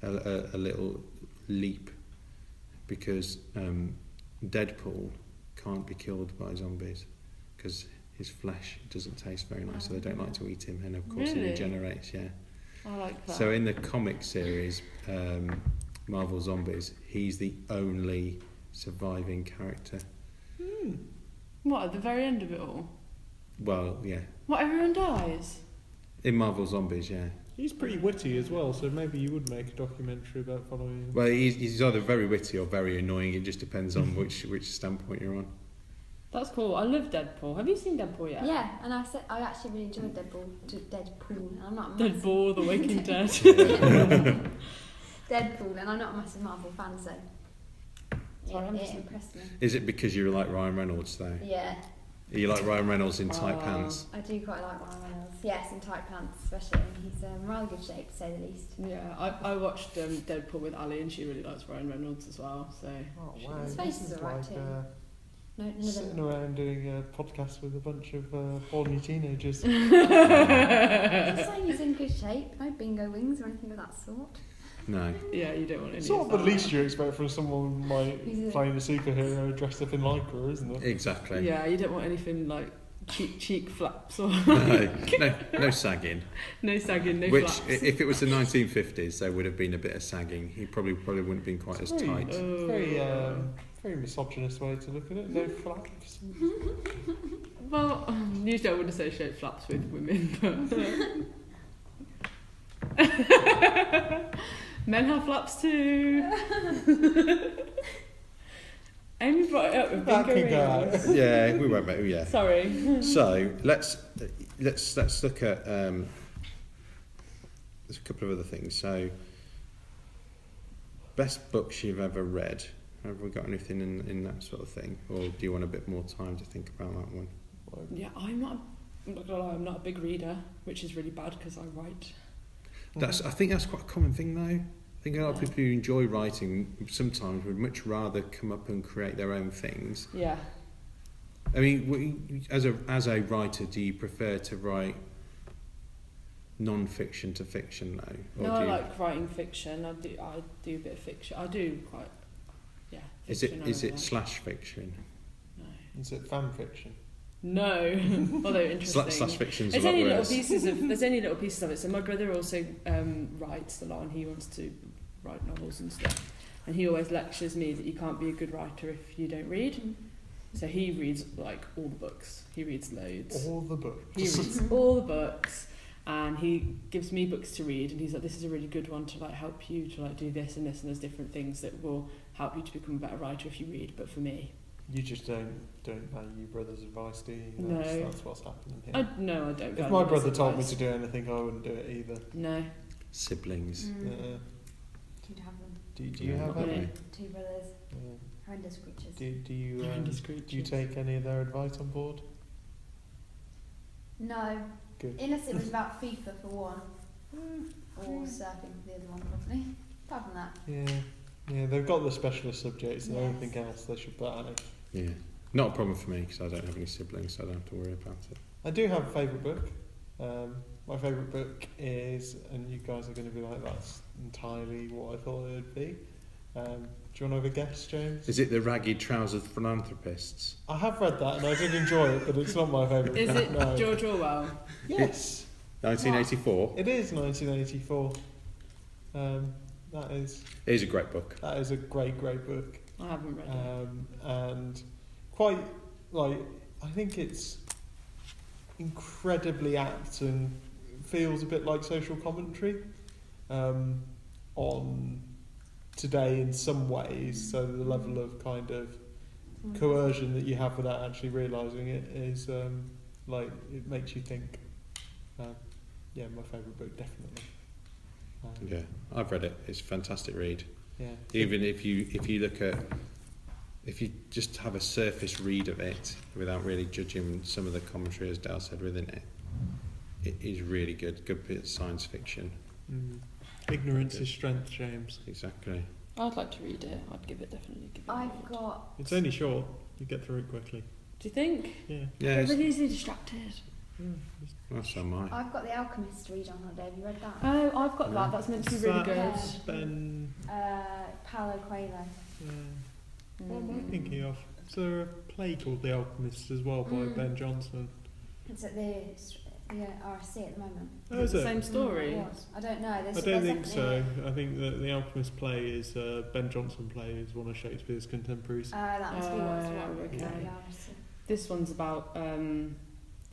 A: a, a, a little leap because um, Deadpool can't be killed by zombies because his flesh doesn't taste very nice, so they don't like to eat him, and of course he
B: Really?
A: regenerates. Yeah.
B: I like that.
A: So in the comic series, um, Marvel Zombies, he's the only surviving character.
B: what at the very end of it all?
A: Well, yeah.
B: What everyone dies.
A: In Marvel Zombies, yeah.
C: He's pretty witty as well, so maybe you would make a documentary about following him.
A: Well, he's, he's either very witty or very annoying. It just depends on which which standpoint you're on.
B: That's cool. I love Deadpool. Have you seen Deadpool yet?
D: Yeah. and I said I actually really enjoyed Deadpool. d- Deadpool. And I'm not a massive-
B: Deadpool, The Waking Dead.
D: Deadpool, and I'm not a massive Marvel fan, so it,
B: Sorry, I'm
D: it
B: just-
D: impressed me.
A: Is it because you like Ryan Reynolds though?
D: Yeah,
A: Are you like Ryan Reynolds in tight
B: Oh.
A: pants?
D: I do quite like Ryan Reynolds. Yes, in tight pants especially. He's um, rather good shape, to say the least.
B: Yeah, I, I watched um, Deadpool with Ali and she really likes Ryan Reynolds as well. So
C: Oh,
D: wow, His face this is is alright like, too. uh, No, none of
C: sitting
D: them.
C: around doing a podcast with a bunch of uh, horny teenagers.
D: Just saying he's in good shape. No bingo wings or anything of that sort.
A: No.
B: yeah, you don't want any.
C: It's not
B: of
C: the
B: that.
C: least you expect from someone
D: He's a-
C: like playing a superhero dressed up in lycra, isn't it?
A: Exactly.
B: Yeah, you don't want anything like cheek cheek flaps or
A: No, no, no sagging.
B: no sagging, no
A: Which,
B: flaps.
A: i- if it was the 1950s, there would have been a bit of sagging. He probably probably wouldn't have been quite as
C: Sorry.
A: tight.
B: Oh.
C: uh, Very, um, very misogynist way to look at it. No flaps.
B: Well, um, usually I would associate flaps with women, but men have flaps too. Amy brought it up with
C: That
B: bingo
C: could go
B: rings.
A: Yeah, we won't. make- Yeah.
B: Sorry.
A: So let's let's let's look at um, there's a couple of other things. So best books you've ever read. Have we got anything in, in that sort of thing, or do you want a bit more time to think about that one?
B: Yeah, I'm not. I'm not gonna lie. I'm not a big reader, which is really bad because I write.
A: That's I think that's quite a common thing though. I think a lot of people who enjoy writing sometimes would much rather come up and create their own things
B: Yeah.
A: I mean, w- as a as a writer, do you prefer to write non-fiction to fiction though?
B: no, I
A: Oh, do you,
B: like writing fiction. I do. I do a bit of fiction. I do quite. Yeah.
A: is it
B: fiction I
A: is
B: really
A: it
B: like.
A: slash fiction?
C: Is it fan fiction?
B: no. no. Although interesting.
A: Sla- slash fiction's
B: There's
A: a lot
B: only little
A: worse.
B: pieces of there's only little pieces of it. So my brother also um, writes a lot, and he wants to write novels and stuff. And he always lectures me that you can't be a good writer if you don't read.
D: Mm.
B: So he reads like all the books. He reads loads.
C: All the books.
B: He reads all the books and he gives me books to read and he's like, This is a really good one to like help you to like do this and this and there's different things that will help you to become a better writer if you read, but for me
C: You just don't don't value brother's advice, do you?
B: No.
C: That's, that's what's happening here.
B: I no I don't
C: if
B: value
C: my
B: his
C: brother told me
B: advice.
C: to do anything, I wouldn't do it either.
B: No.
A: Siblings.
D: Mm.
C: Uh,
D: You'd have them.
C: do, do you
A: Yeah.
C: have
B: Yeah.
C: any?
D: Two brothers,
C: Yeah.
D: horrendous creatures.
C: Do, do you
B: Horrendous
C: um, do you
B: creatures.
C: take any of their advice on board?
D: No.
C: Good.
D: Unless it was about FIFA for one, Mm. or surfing for the other one, probably. Apart from that,
C: Yeah. Yeah, they've got the specialist subjects and
D: Yes.
C: everything else they should put on it.
A: Yeah, not a problem for me because I don't have any siblings, so I don't have to worry about it.
C: I do have a favourite book. Um, my favourite book is, and you guys are going to be like, that's entirely what I thought it would be. Um, Do you want to have a guess, James?
A: Is it the ragged trousered philanthropists?
C: I have read that and I did enjoy it, but it's not my favourite.
B: Is it
C: No.
B: George Orwell?
C: Yes,
A: 1984.
C: it is 1984. Um, that is
A: It is a great book.
C: that is a great, great book.
B: I haven't read it.
C: um, and quite like I think it's incredibly apt and feels a bit like social commentary um, on today in some ways. So the level of kind of coercion that you have without actually realizing it is um, like it makes you think. Uh, yeah, my favorite book definitely. Um,
A: Yeah, I've read it. It's a fantastic read.
C: yeah.
A: Even if you if you look at if you just have a surface read of it without really judging some of the commentary as Dale said within it, it is really good. Good bit of science fiction.
C: Mm. Ignorance
A: Good.
C: is strength, James.
A: Exactly.
B: I'd like to read it. I'd give it definitely. Give it a
D: I've
B: read.
D: got.
C: It's only short. You get through it quickly.
B: Do you think?
C: Yeah.
A: Yeah, it's,
B: They're really easily distracted.
A: well, so am I.
D: I've got The Alchemist to read on holiday. Have you read that?
B: Oh, I've got
A: Yeah.
B: that. That's meant to be
C: Is
B: really
C: that-
B: good.
D: Yeah.
C: Ben,
D: Uh, Paulo Coelho.
C: yeah. what am I
B: Mm.
C: thinking of? Is there a play called The Alchemist as well by
D: Mm.
C: Ben Jonson?
D: It's at the, the RSC at the moment.
C: Oh, is
B: the
C: it?
B: same story.
D: Mm, it was. I don't know. There's,
C: I don't
D: there's
C: think
D: definitely-
C: so. I think that The Alchemist play is uh, Ben Jonson play is one of Shakespeare's contemporaries.
D: Uh, that must be what's
B: Oh,
D: what.
B: okay.
D: Not the RSC.
B: This one's about um,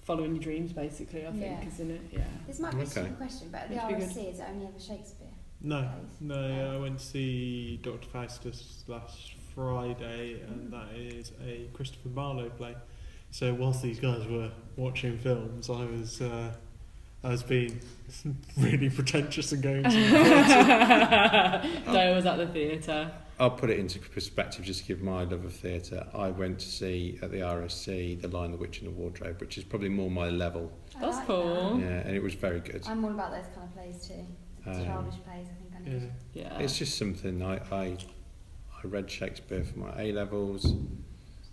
B: following your dreams, basically. I think,
D: Yeah.
B: isn't it? Yeah.
D: This might be a
A: Okay.
D: stupid question, but at the
B: That'd be good.
D: RSC is it only ever Shakespeare?
C: No,
D: plays?
C: no. I went to see Dr. Faustus last Friday, and
D: Mm.
C: that is a Christopher Marlowe play. So whilst these guys were watching films, I was uh, I was being really pretentious and going to the theatre.
B: Dale was at the theatre.
A: I'll put it into perspective just to give my love of theatre. I went to see at the RSC The Lion, the Witch and the Wardrobe, which is probably more my level.
D: I
B: That's
D: like
B: cool.
A: Yeah, and it was very good.
D: That. I'm all about those kind of plays too. The
A: Um,
D: childish plays, I think I
C: Yeah.
D: need.
B: Yeah.
A: It's just something I, I I read Shakespeare for my A levels.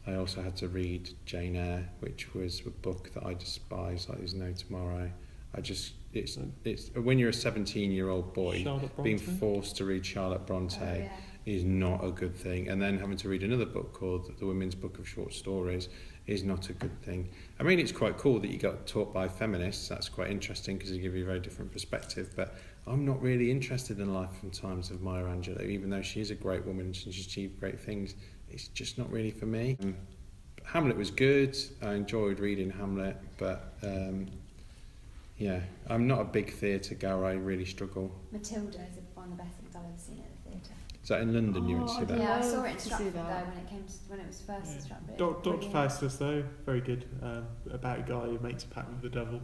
A: I also had to read Jane Eyre, which was a book that I despise like there's no tomorrow. I just it's it's when you're a 17 year old boy
C: Charlotte
A: being
C: Brontë?
A: forced to read Charlotte Bronte
D: Oh, yeah.
A: is not a good thing. And then having to read another book called The Women's Book of Short Stories is not a good thing. I mean, it's quite cool that you got taught by feminists. That's quite interesting because they give you a very different perspective. But I'm not really interested in life and times of Maya Angelou, even though she is a great woman and she's achieved great things. It's just not really for me. Um, Hamlet was good. I enjoyed reading Hamlet, but um, yeah, I'm not a big theatre goer. I really struggle.
D: Matilda is one of the best things I've ever seen at the theatre.
A: Is that in London you would
B: Oh,
A: see that?
B: Yeah,
D: Yeah, I
B: I'd
D: saw
B: love
D: it in
B: to see
D: Stratford though
B: that.
D: when it came to, when it was first
C: Yeah.
D: in Stratford.
C: Doc, Dr.
D: Brilliant.
C: Faustus, though, very good um, about a guy who makes a pact with the devil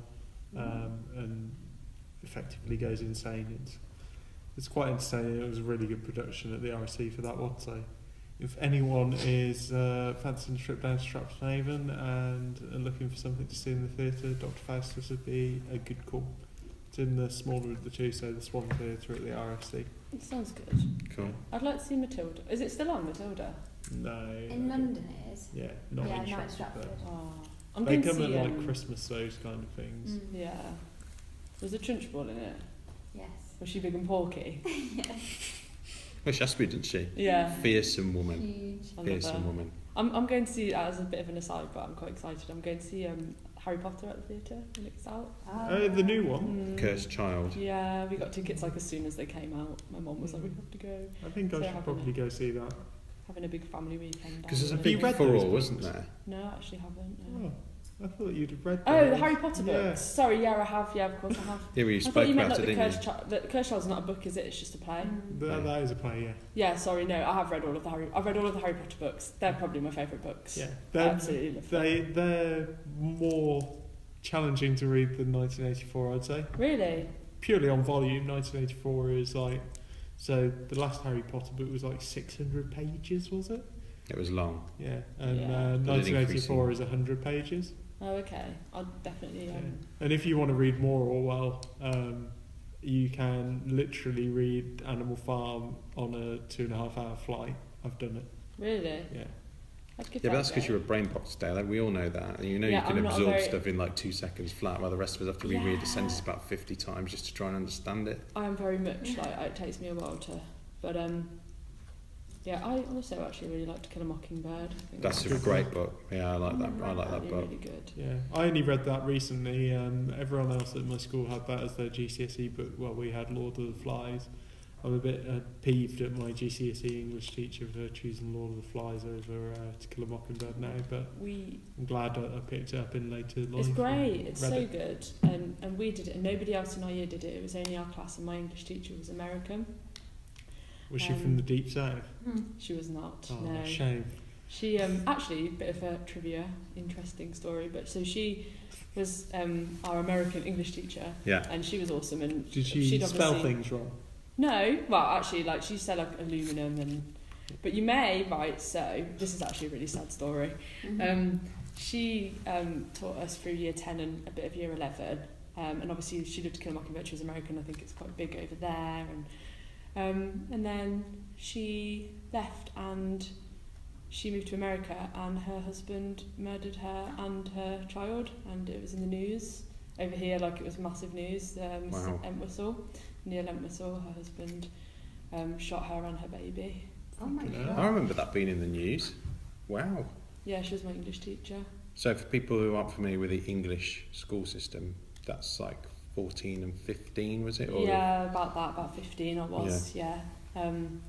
C: um, and effectively goes insane. It's, it's quite insane. It was a really good production at the RSC for that one. So, if anyone is uh, fancying a trip down to Stratford on Avon and are looking for something to see in the theatre, Dr. Faustus would be a good call. It's in the smaller of the two, so the Swan Theatre at the E RSC.
B: It sounds good.
A: Cool.
B: I'd like to see Matilda. Is it still on Matilda?
C: No.
D: In London it is.
C: Yeah, not
D: yeah,
C: in
D: not in
C: Stratford.
D: Stratford.
B: Oh, I'm
C: They
B: going to
C: come
B: see
C: at like
B: um,
C: Christmas, those kind of things.
D: Mm.
B: Yeah. There's a Trunchbull in it.
D: Yes.
B: Was she big and porky?
A: Well, she has to be, didn't she?
B: Yeah.
A: Fearsome woman.
D: Huge.
B: I love her.
A: Fearsome woman.
B: I'm, I'm going to see, as a bit of an aside, but I'm quite excited. I'm going to see um, Harry Potter at the theatre when it's out.
C: Oh, the new one.
B: Mm.
A: Cursed child.
B: Yeah, we got tickets like as soon as they came out. My mum was like, we have to go.
C: I think I
B: So
C: should
B: haven't
C: probably go see that.
B: Having a big family weekend.
A: Because there's a
B: down
C: Have you
A: big
B: there.
C: read
A: for
C: those
A: all, wasn't
C: books?
A: there?
B: No, I actually haven't. No.
C: Oh, I thought you'd have read.
B: Oh, the
C: those.
B: Harry Potter books.
C: Yeah.
B: Sorry, yeah, I have. Yeah, of course I have.
A: Yeah, well, you
B: I
A: spoke
B: thought you meant
A: about
B: like
A: it,
B: the
A: didn't you?
B: Cursed Child. The Cursed Child's not a book, is it? It's just a play.
D: Mm.
C: That,
A: Yeah.
C: that is a play. Yeah.
B: Yeah, sorry, no, I have read all of the Harry. I've read all of the Harry Potter books. They're probably my favourite books.
C: Yeah.
B: I
C: They're,
B: absolutely love them.
C: they they're more challenging to read than 1984. I'd say
B: Really?
C: purely on volume. 1984 is like so. The last Harry Potter book was like 600 pages, was it?
A: It was long.
C: Yeah. And
B: Yeah.
C: Uh,
A: But it's
C: 1984 is 100 pages.
B: Oh, okay. I'll definitely.
C: Yeah.
B: Um,
C: And if you want to read more Orwell, um, you can literally read Animal Farm on a two and a half hour flight. I've done it.
B: Really?
C: Yeah.
B: I'd give
A: Yeah,
B: that
A: but that's
B: a
A: because
B: go.
A: you're a brain box, Dale. We all know that. And you know
B: Yeah,
A: you can
B: I'm not a
A: absorb
B: very-
A: stuff in like two seconds flat, while the rest of us have to reread
B: Yeah.
A: a sentence about 50 times just to try and understand it.
B: I am very much like it takes me a while to, but um, Yeah, I also actually really like To Kill a Mockingbird. I think
A: That's a
C: Good
A: great book. Yeah, I like that. I like
B: that'd
A: that
B: be
A: book.
B: really good.
C: Yeah, I only read that recently. Um, everyone else at my school had that as their GCSE E book. Well, we had Lord of the Flies. I'm a bit uh, peeved at my GCSE E English teacher for choosing Lord of the Flies over uh, To Kill a Mockingbird now, but
B: We
C: I'm glad I, I picked it up in later life.
B: it's
C: and
B: great. It's
C: read
B: so
C: it.
B: good. And and we did it, and nobody else in our year did it. It was only our class, and my English teacher was American.
C: Was she
B: um,
C: from the deep south?
D: Mm-hmm.
B: She was not.
C: Oh,
B: no.
C: shame.
B: She um, actually a bit of a trivia, interesting story. But so she was um, our American English teacher,
A: Yeah.
B: and she was awesome. And
C: Did she
B: she'd
C: spell
B: obviously-
C: things wrong?
B: No, well, actually, like she said, like aluminum and. But you may, right? So this is actually a really sad story. Um, she um, taught us through year ten and a bit of year eleven, um, and obviously she lived to kill a mockingbird. She was American. I think it's quite big over there, and um, and then she left and she moved to America, and her husband murdered her and her child, and it was in the news over here, like it was massive news. Um,
A: Wow.
B: Entwistle, Neil Entwistle, her husband um, shot her and her baby.
D: Oh my
C: Fucking
D: god.
C: hell.
A: I remember that being in the news. Wow.
B: Yeah, she was my English teacher.
A: So for people who aren't familiar with the English school system, that's like 14 and 15, was it?
B: Yeah, about that, about 15 I was, yeah. Um,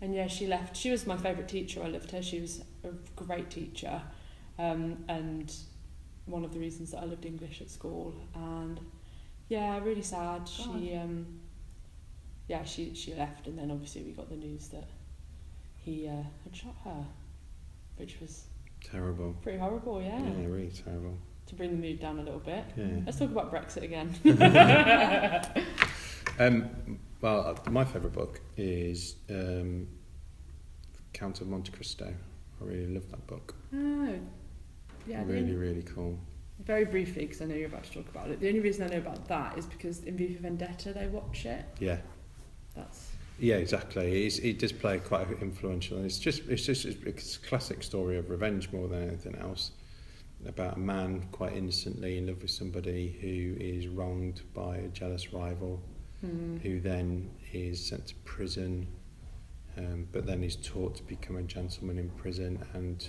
B: and yeah, she left. She was my favourite teacher. I loved her. She was a great teacher. Um, and one of the reasons that I loved English at school. And yeah, really sad. She, um, yeah, she, she left. And then obviously we got the news that he uh, had shot her, which was
A: Terrible.
B: pretty horrible, yeah.
A: Yeah, really terrible.
B: To bring the mood down a little bit.
A: Yeah.
B: Let's talk about Brexit again.
A: Um, well, my favourite book is um, Count of Monte Cristo. I really love that book.
B: Oh, yeah. the
A: really,
B: only,
A: really cool.
B: very briefly, because I know you're about to talk about it. The only reason I know about that is because in V for Vendetta they watch it.
A: Yeah.
B: That's
A: Yeah, exactly. It's, it does play quite influential, and it's just it's just it's a classic story of revenge more than anything else, about a man quite innocently in love with somebody who is wronged by a jealous rival,
B: hmm.
A: who then is sent to prison, um, but then is taught to become a gentleman in prison and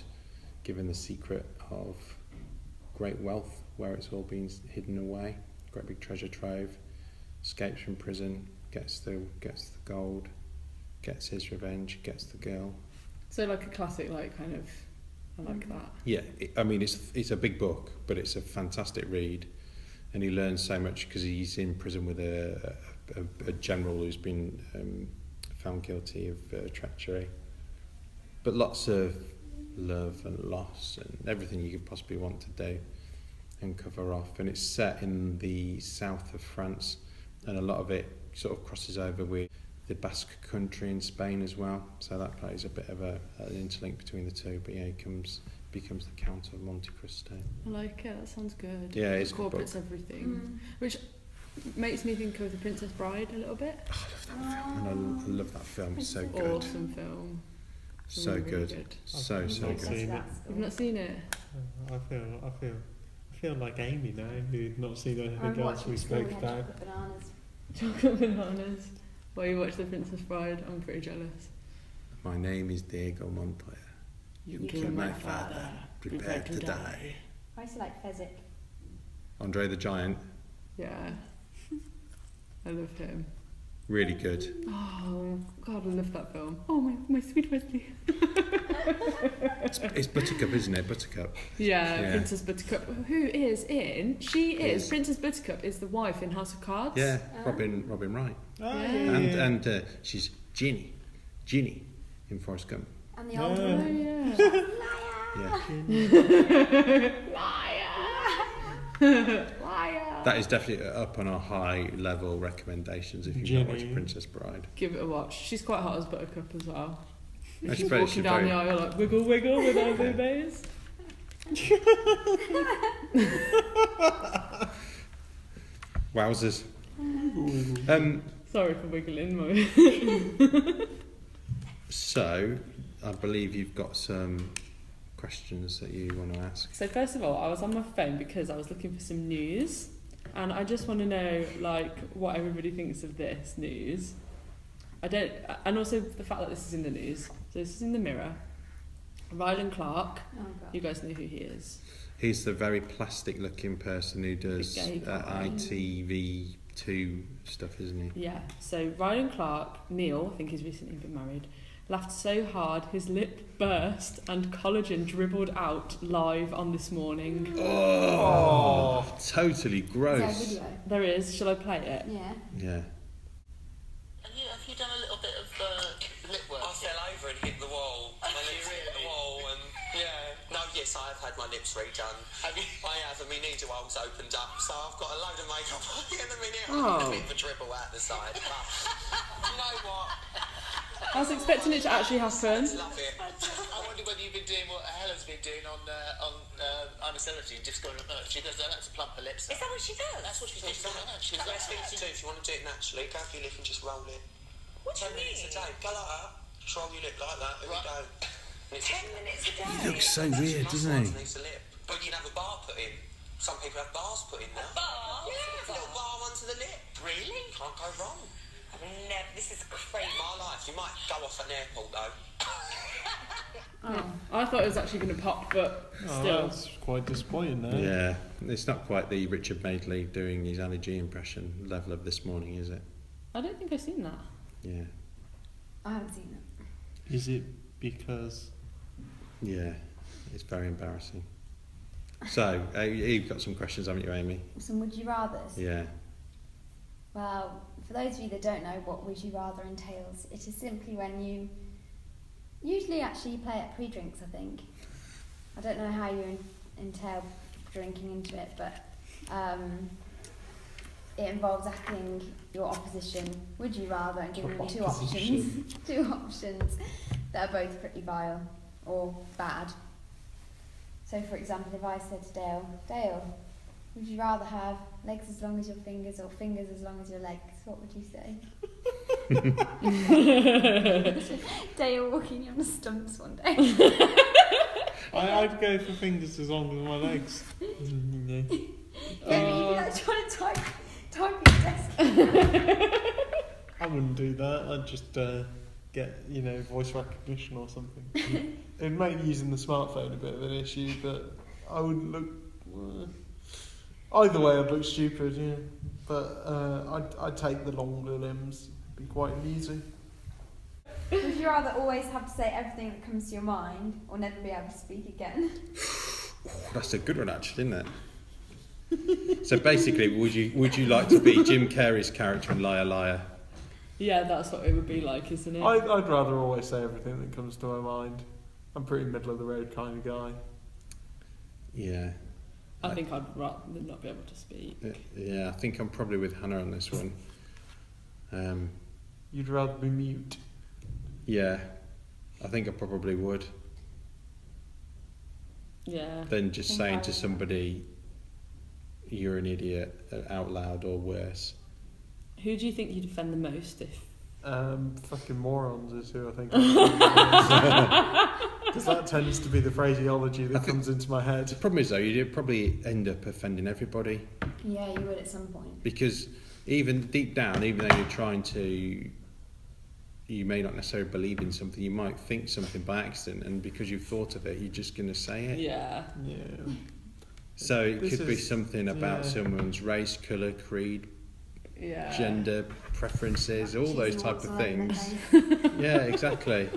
A: given the secret of great wealth where it's all been hidden away, great big treasure trove, escapes from prison, gets the gets the gold, gets his revenge, gets the girl.
B: so like a classic, like kind of. I like
D: Mhm.
B: that.
A: Yeah, it, I mean it's it's a big book, but it's a fantastic read, and he learns so much because he's in prison with a a, a general who's been um, found guilty of uh, treachery. But lots of love and loss and everything you could possibly want to do and cover off. And it's set in the south of France, and a lot of it sort of crosses over with the Basque country in Spain as well. So that plays a bit of a, an interlink between the two. But yeah, he comes becomes the Count of Monte Cristo.
B: I like it. That sounds good.
A: Yeah, it's a good
B: incorporates everything.
D: Mm.
B: Mm. Makes me think of The Princess Bride a little bit.
A: And I, I love that film. It's so good,
B: Awesome film. It's
A: so
B: really, really
A: good, so so
C: I've
A: good.
C: seen it.
B: You've not seen it?
C: Uh, I feel, I feel, I feel like Amy now, who'd not seen anything else we spoke about.
D: Bananas.
B: Chocolate bananas. While you watch The Princess Bride, I'm pretty jealous.
A: My name is Diego Montoya.
B: You,
D: killed my father.
A: Prepare to die.
D: I used to like Fezzik.
A: Andre the Giant,
B: Yeah. I love him.
A: really good.
B: Oh, God, I love that film. Oh, my, my sweet Wesley.
A: It's, it's Buttercup, isn't it? Buttercup.
B: Yeah,
A: Yeah.
B: Princess Buttercup, who is in, she is,
A: Is.
B: Princess Buttercup is the wife in House of Cards.
A: Yeah, Robin Robin Wright, and
C: Ah, yeah.
A: and uh, she's Ginny, Ginny, in Forrest Gump.
D: And the old
B: Oh,
D: one.
B: yeah.
A: Yeah.
B: Uh-huh. Liar! Liar!
A: That is definitely up on our high level recommendations if you've not watched
C: Ginny.
A: Princess Bride.
B: Give it a watch. She's quite hot as Buttercup as well.
A: I
B: She's
A: suppose
B: walking
A: she's
B: down
A: very-
B: the aisle like wiggle wiggle with her blueberries.
A: Wowzers. Um,
B: Sorry for wiggling, my.
A: so, I believe you've got some questions that you want to ask.
B: So first of all, I was on my phone because I was looking for some news, and I just want to know like what everybody thinks of this news. I don't, and also the fact that this is in the news. So this is in the mirror. Ryland Clark.
D: Oh god.
B: You guys know who he is.
A: He's the very plastic looking person who does
B: gay
A: uh,
B: guy.
A: ITV2 stuff, isn't he?
B: Yeah. So Ryland Clark, Neil, I think he's recently been married, laughed so hard his lip burst and collagen dribbled out live on this morning.
A: Oh, totally
D: Is there a
A: gross.
D: video?
B: There is. Shall I play it?
D: Yeah.
A: Yeah.
E: Have you, have you done a little bit of uh, lip work?
F: I fell over and hit the wall. My lips hit the wall and yeah. No, yes, I have had my lips redone. Have you? I have, and my needle hole's opened up, so I've got a load of makeup on the end of my nail.
B: Oh.
F: A bit of a dribble out the side. But you know what?
B: I was expecting it to actually happen.
F: Love it.
E: I wonder whether you've been doing what Helen's been doing on uh, on uh, Anacelogy and just going, no, she does that, that's a plumper lips.
G: Is that what she does?
E: That's what she's doing. She's
F: The best thing to do if you want to do it naturally, go for your lip and just roll it.
G: What do
F: Ten
G: you
F: minutes
G: mean?
F: a day. Go like that. Just roll your lip like that every
E: Right.
F: day. And it's
G: Ten minutes a day.
A: Looks so weird, doesn't he?
F: Underneath the lip. But you'd have a bar put in. Some people have bars put in now.
G: Bar?
F: Yeah, a little bar onto the lip.
G: Really?
F: Can't go wrong.
G: I've never. This is crazy.
F: In my life, you might go off at an airport though.
D: Oh,
B: I thought it was actually going to pop, but
C: Oh,
B: still.
C: that's quite disappointing there.
A: Yeah. It's not quite the Richard Madeley doing his Anna G impression level of this morning, is it?
B: I don't think I've seen that.
A: Yeah.
D: I haven't seen them.
C: Is it because
A: Yeah. It's very embarrassing. So, uh, you've got some questions, haven't you, Amy?
D: Some would you rather's.
A: Yeah.
D: Well, for those of you that don't know what would you rather entails, it is simply when you usually actually you play at pre-drinks, I think. I don't know how you en- entail drinking into it, but um, it involves asking your opposition, would you rather, and giving you two
C: Opposition.
D: options, two options that are both pretty vile or bad. So, for example, if I said to Dale, Dale, would you rather have legs as long as your fingers or fingers as long as your legs? What would you say? Dale walking on the stumps one day.
C: I, I'd go for fingers as long as my legs. Mm, yeah.
D: yeah, but you'd be like trying to type, type at your desk.
C: I wouldn't do that. I'd just uh, get you know voice recognition or something. It make using the smartphone a bit of an issue, but I wouldn't look. uh, either way, I'd look stupid. Yeah, but uh, I'd I'd take the longer limbs. It'd be quite amusing.
D: Would you rather always have to say everything that comes to your mind or never be able to speak again?
A: That's a good one, actually, isn't it? so basically, would you would you like to be Jim Carrey's character in Liar Liar?
B: Yeah, that's what it would be like, isn't it?
C: I I'd rather always say everything that comes to my mind. I'm pretty middle of the road kind of guy.
A: Yeah,
B: I think I'd rather not be able to speak.
A: Uh, yeah. I think I'm probably with Hannah on this one. Um,
C: You'd rather be mute.
A: yeah, I think I probably would.
B: Yeah.
A: Than just
D: Think
A: saying
D: I
A: to
D: would.
A: somebody, "You're an idiot," uh, out loud or worse.
B: Who do you think you'd offend the most if
C: Um, fucking morons is who I think. Because that tends to be the phraseology that comes into my
A: The
C: head.
A: problem is though, you'd probably end up offending everybody.
D: Yeah, you would at some point.
A: because even deep down, even though you're trying to, you may not necessarily believe in something. You might think something by accident, and because you've thought of it, you're just going to say it.
B: Yeah.
C: Yeah.
A: So it
C: This
A: could be
C: is-
A: something about
C: yeah.
A: someone's race, color, creed,
B: Yeah.
A: gender preferences, all
D: She's
A: those
D: the
A: type
D: waltz
A: of
D: all over the
A: things.
D: place.
A: yeah, exactly.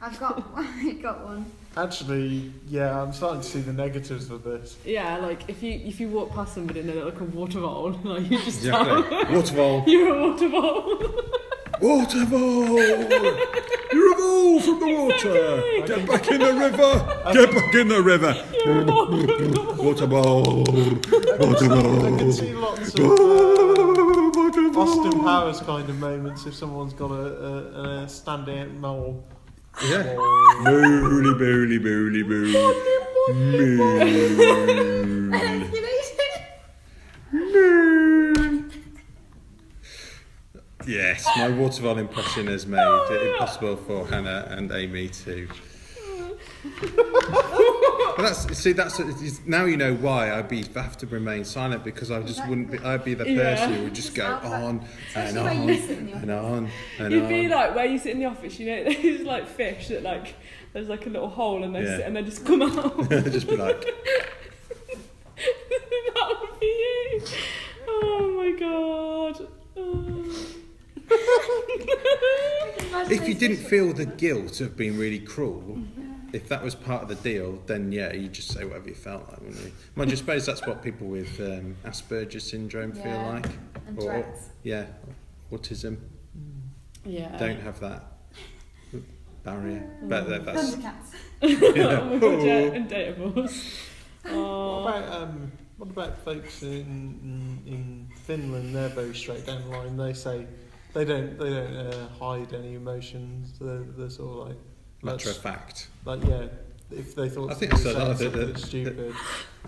D: I've got, I've got one.
C: Actually, yeah, I'm starting to see the negatives of this.
B: Yeah, like if you if you walk past somebody and they're like a water bowl, like you just
A: Exactly. Waterfall.
B: you're a water bowl.
A: Waterfall. You're a ball from the water. Get back in the river. Get back in the river.
B: You're a water bowl.
A: Waterfall.
C: I can
A: Waterfall.
C: see lots of uh, Austin
A: Austin
C: Powers kind of moments if someone's got a, a, a standout mole.
A: Yeah. Booly, booly, booly, boo. Moon. Moon. Yes, my waterfall impression has made it impossible for Hannah and Amy to But that's see, that's it's- now you know why I'd be I have to remain silent because I just wouldn't be. I'd be the person
B: Yeah.
A: who would just go
D: Sounds like-
A: on and
D: especially when
A: on
D: you sit in the
A: and on and
B: You'd
A: on.
B: be like where you sit in the office, you know, there's like fish that like there's like a little hole and they
A: Yeah.
B: sit and they just come out.
A: just be like,
B: that would be you. Oh my god. Oh.
A: if you didn't feel the guilt of being really cruel, if that was part of the deal, then yeah, you just say whatever you felt like, wouldn't you? Mind you, I suppose that's what people with um, Asperger's syndrome feel
D: Yeah.
A: like.
D: And
A: Or-
D: Tourette's.
A: yeah, autism.
B: yeah.
A: Don't have that barrier. But that- that's
D: Thundercats.
B: oh my god, yeah, and dateables.
C: What
B: Oh.
C: about um, what about folks in, in in Finland? They're very straight down the line. They say they don't they don't uh, hide any emotions. They're, they're sort of like
A: matter of
C: that's-
A: fact.
C: like yeah. If they thought
A: I think
C: somebody
A: that's a lot
C: said
A: of it,
C: something
A: that-
C: stupid,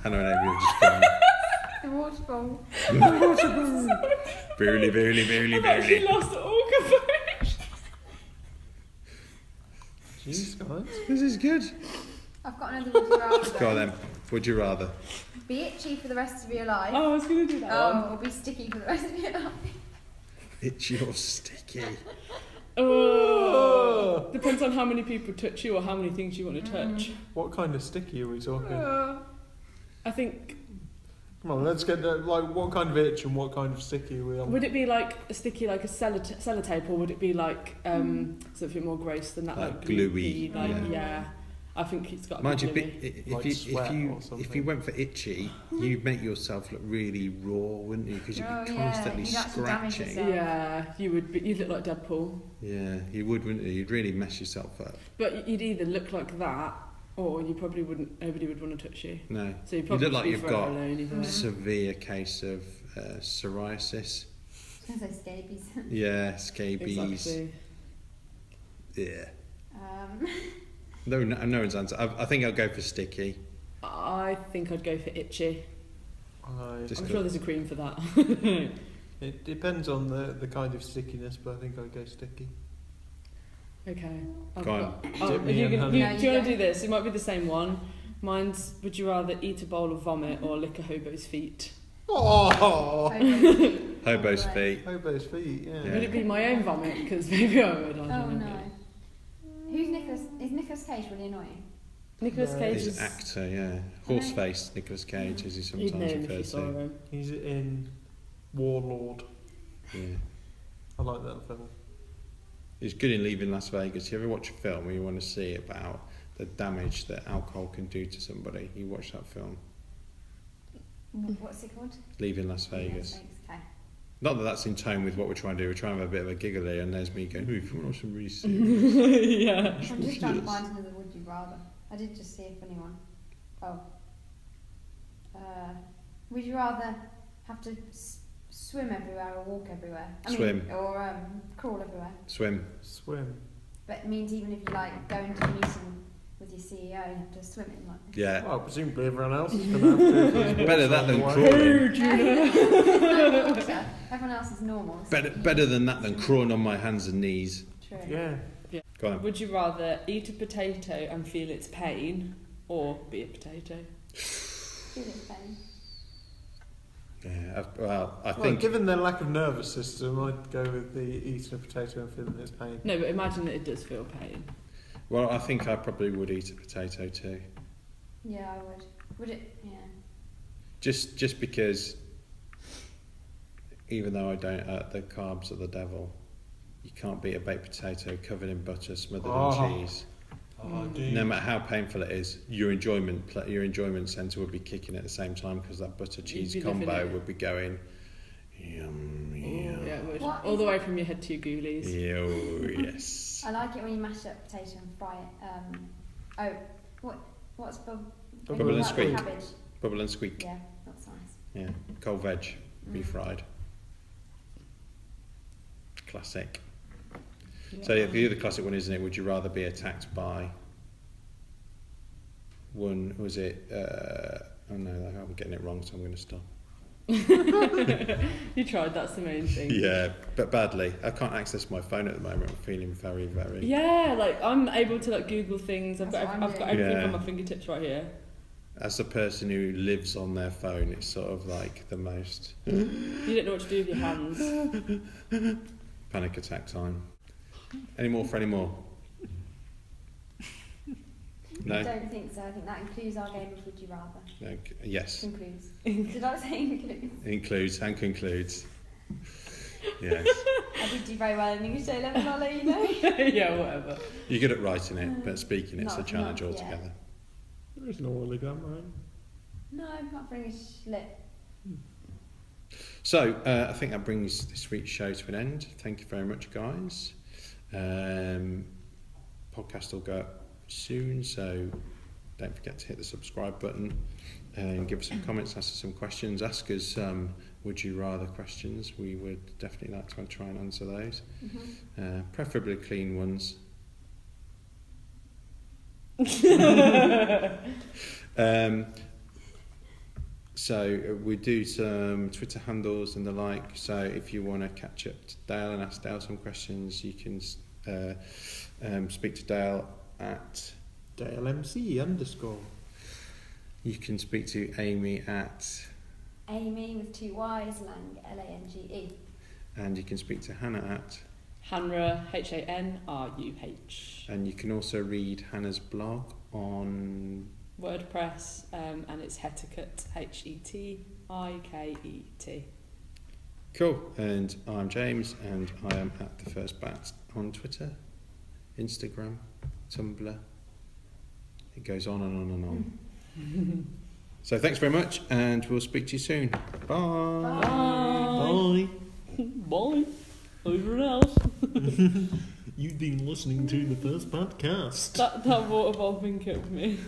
A: I know, I know, we're just going,
D: The waterfall.
A: Barely, barely, barely,
B: I've actually
A: barely.
B: lost all coverage.
C: jeez guys,
A: This is good.
D: I've got another would you rather.
A: Go on then. Would you rather?
D: Be itchy for the rest of your life.
B: Oh, I was gonna do that
C: Um.
B: one.
D: Oh, or be sticky for the rest of your life.
A: Itchy or sticky?
B: Oh. Depends on how many people touch you or how many things you want to
C: Mm-hmm.
B: touch.
C: what kind of sticky are we talking?
B: I think
C: Come on, let's get that, like what kind of itch and what kind of sticky are we on?
B: would it be like a sticky like a cellota- sellotape or would it be like um, something more gross than that
A: Like
B: like,
A: gluey,
B: gloopy, like
A: yeah.
B: yeah. I think it's got to
A: Mind
B: be
A: you, bi-
B: gluey.
A: i- if
C: Like
A: you
C: sweat
A: if
C: or
A: you if you
C: something.
A: went for itchy, you'd make yourself look really raw, wouldn't you? Because you'd
D: Oh,
A: be
D: yeah,
A: constantly
D: you'd actually damage
A: scratching.
D: yourself.
B: yeah, you would be, you'd look like Deadpool.
A: Yeah, you would, wouldn't you? You'd really mess yourself up.
B: But you'd either look like that or you probably wouldn't nobody would want to touch you.
A: No,
B: So you'd
A: You
B: probably
A: look like
B: be
A: you've
B: forever
A: got-
B: alone either way.
A: severe case of uh, psoriasis.
D: Because they're scabies.
A: Yeah, scabies.
B: Exactly.
A: Yeah.
D: Um,
A: No, no, no one's answer. I, I think I'll go for sticky.
B: I think I'd go for itchy.
C: I,
A: Just
B: I'm
A: go-
B: sure there's a cream for that.
C: it depends on the the kind of stickiness, but I think I'd go sticky.
B: okay. I've
A: Go on.
B: got- Oh,
C: Dip
B: are
C: me
B: you
C: in,
B: gonna,
C: honey.
B: you,
D: No,
B: do you
D: you
B: want to
D: go.
B: do this? It might be the same one. Mine's, would you rather eat a bowl of vomit or lick a hobo's feet?
C: Oh,
D: hobo's feet.
A: Hobo's
D: Right.
A: feet.
C: hobo's feet, yeah.
A: Yeah.
B: Would it be my own vomit? Because maybe I would. I don't
D: Oh no.
B: know.
D: Who's Nicholas? Is Nicholas Cage really annoying?
B: Nicholas
C: No.
B: Cage
A: He's
B: is.
A: an actor, yeah. Horseface, Nicolas Cage, as he
B: You'd know
A: sometimes
B: him if you
A: refers
B: saw
A: to.
B: him.
C: He's in Warlord.
A: Yeah.
C: I like that film.
A: He's good in Leaving Las Vegas. You ever watch a film where you want to see about the damage that alcohol can do to somebody? You watch that film,
D: Wh- What's it called?
A: Leaving Las Vegas.
D: Okay.
A: Not that that's in tone with what we're trying to do. We're trying to have a bit of a giggle here, and there's me going, "Ooh, if you want to some really serious,
B: yeah.
D: I'm just trying to
A: Yes.
D: find another would you rather. I did just see if anyone. Oh. Uh, would you rather have to s- swim everywhere or walk everywhere? I
A: Swim.
D: Mean, or um, crawl everywhere.
A: swim."
C: Swim.
D: But it means even if you like go into a meeting with your CEO, you have to swim in like.
A: Yeah,
C: Well, presumably everyone else is going to have to.
A: better that than
C: Otherwise-
A: crawling.
D: No, water. Everyone else is normal. so-
A: Better, better than that than crawling on my hands and knees.
D: True.
C: Yeah.
A: Go on.
B: Would you rather eat a potato and feel its pain or be a potato?
D: Feel it, Ben.
A: Yeah, I- well, I
C: Well,
A: think
C: given their lack of nervous system, I'd go with the eating a potato and feeling its pain.
B: No, but imagine that it does feel pain.
A: Well, I think I probably would eat a potato too.
D: Yeah, I would. Would it? Yeah.
A: Just just because even though I don't uh, the carbs are the devil, you can't beat a baked potato covered in butter smothered
C: Oh.
A: in cheese.
C: Oh, dude.
A: No matter how painful it is, your enjoyment pl- your enjoyment center would be kicking at the same time because that butter cheese
B: be living
A: combo
B: it.
A: would be going yum
B: Ooh,
A: yum.
B: yeah, it would.
D: What
B: All the
D: is-
B: way from your head to your ghoulies.
A: Ew, yes.
D: I like it when you mash up potato and fry it. Um, oh, what? What's bub-
C: Bubble
A: and
D: like
A: squeak.
D: Cabbage.
A: Bubble and squeak.
D: Yeah, that's nice.
A: Yeah. Cold veg, refried. Classic. So yeah, the other classic one, isn't it? Would you rather be attacked by one? Was it? Uh, oh no, I'm getting it wrong, so I'm going to stop.
B: you tried, that's the main thing.
A: Yeah, but badly. I can't access my phone at the moment. I'm feeling very, very.
B: Yeah, like I'm able to like Google things. I've
D: That's
B: got,
D: what
B: I've,
D: I'm
B: I've got
D: doing.
B: everything
A: Yeah.
B: on my fingertips right here.
A: as a person who lives on their phone, it's sort of like the most
B: You don't know what to do with your hands.
A: panic attack time. Any more for any more?
D: I
A: No.
D: don't think so. I think that includes our game of Would You Rather.
A: no. Yes.
D: Concludes. Did I say includes?
A: Includes and concludes. Yes.
D: I did do very well in English A level, I'll let you know.
B: yeah, whatever.
A: You're good at writing it, but speaking it's a
D: Not-
A: challenge
D: not yet.
A: altogether.
C: There is no oil exam, right?
D: No, I'm not for English lit.
A: So uh, I think that brings this week's show to an end. Thank you very much, guys. Um, podcast will go up soon, so don't forget to hit the subscribe button and give us some comments, ask us some questions, ask us um, would you rather questions. We would definitely like to try and answer those, uh, preferably clean ones. um, so uh, we do some Twitter handles and the like. So if you want to catch up to Dale and ask Dale some questions, you can uh, um, speak to Dale at.
C: Dale MC underscore.
A: You can speak to Amy at,
D: Amy E with two Y's, Lang, L A N G E.
A: and you can speak to Hannah at,
B: Hanra, H A N R U H.
A: and you can also read Hannah's blog on.
B: WordPress, um, and it's Hetiquette, H E T I K E T.
A: Cool. And I'm James, and I am at the First Bat on Twitter, Instagram, Tumblr. It goes on and on and on. so thanks very much, and we'll speak to you soon. Bye.
C: Bye.
B: Bye. Over and out.
C: You've been listening to the first podcast.
B: That, that water ball thing killed me.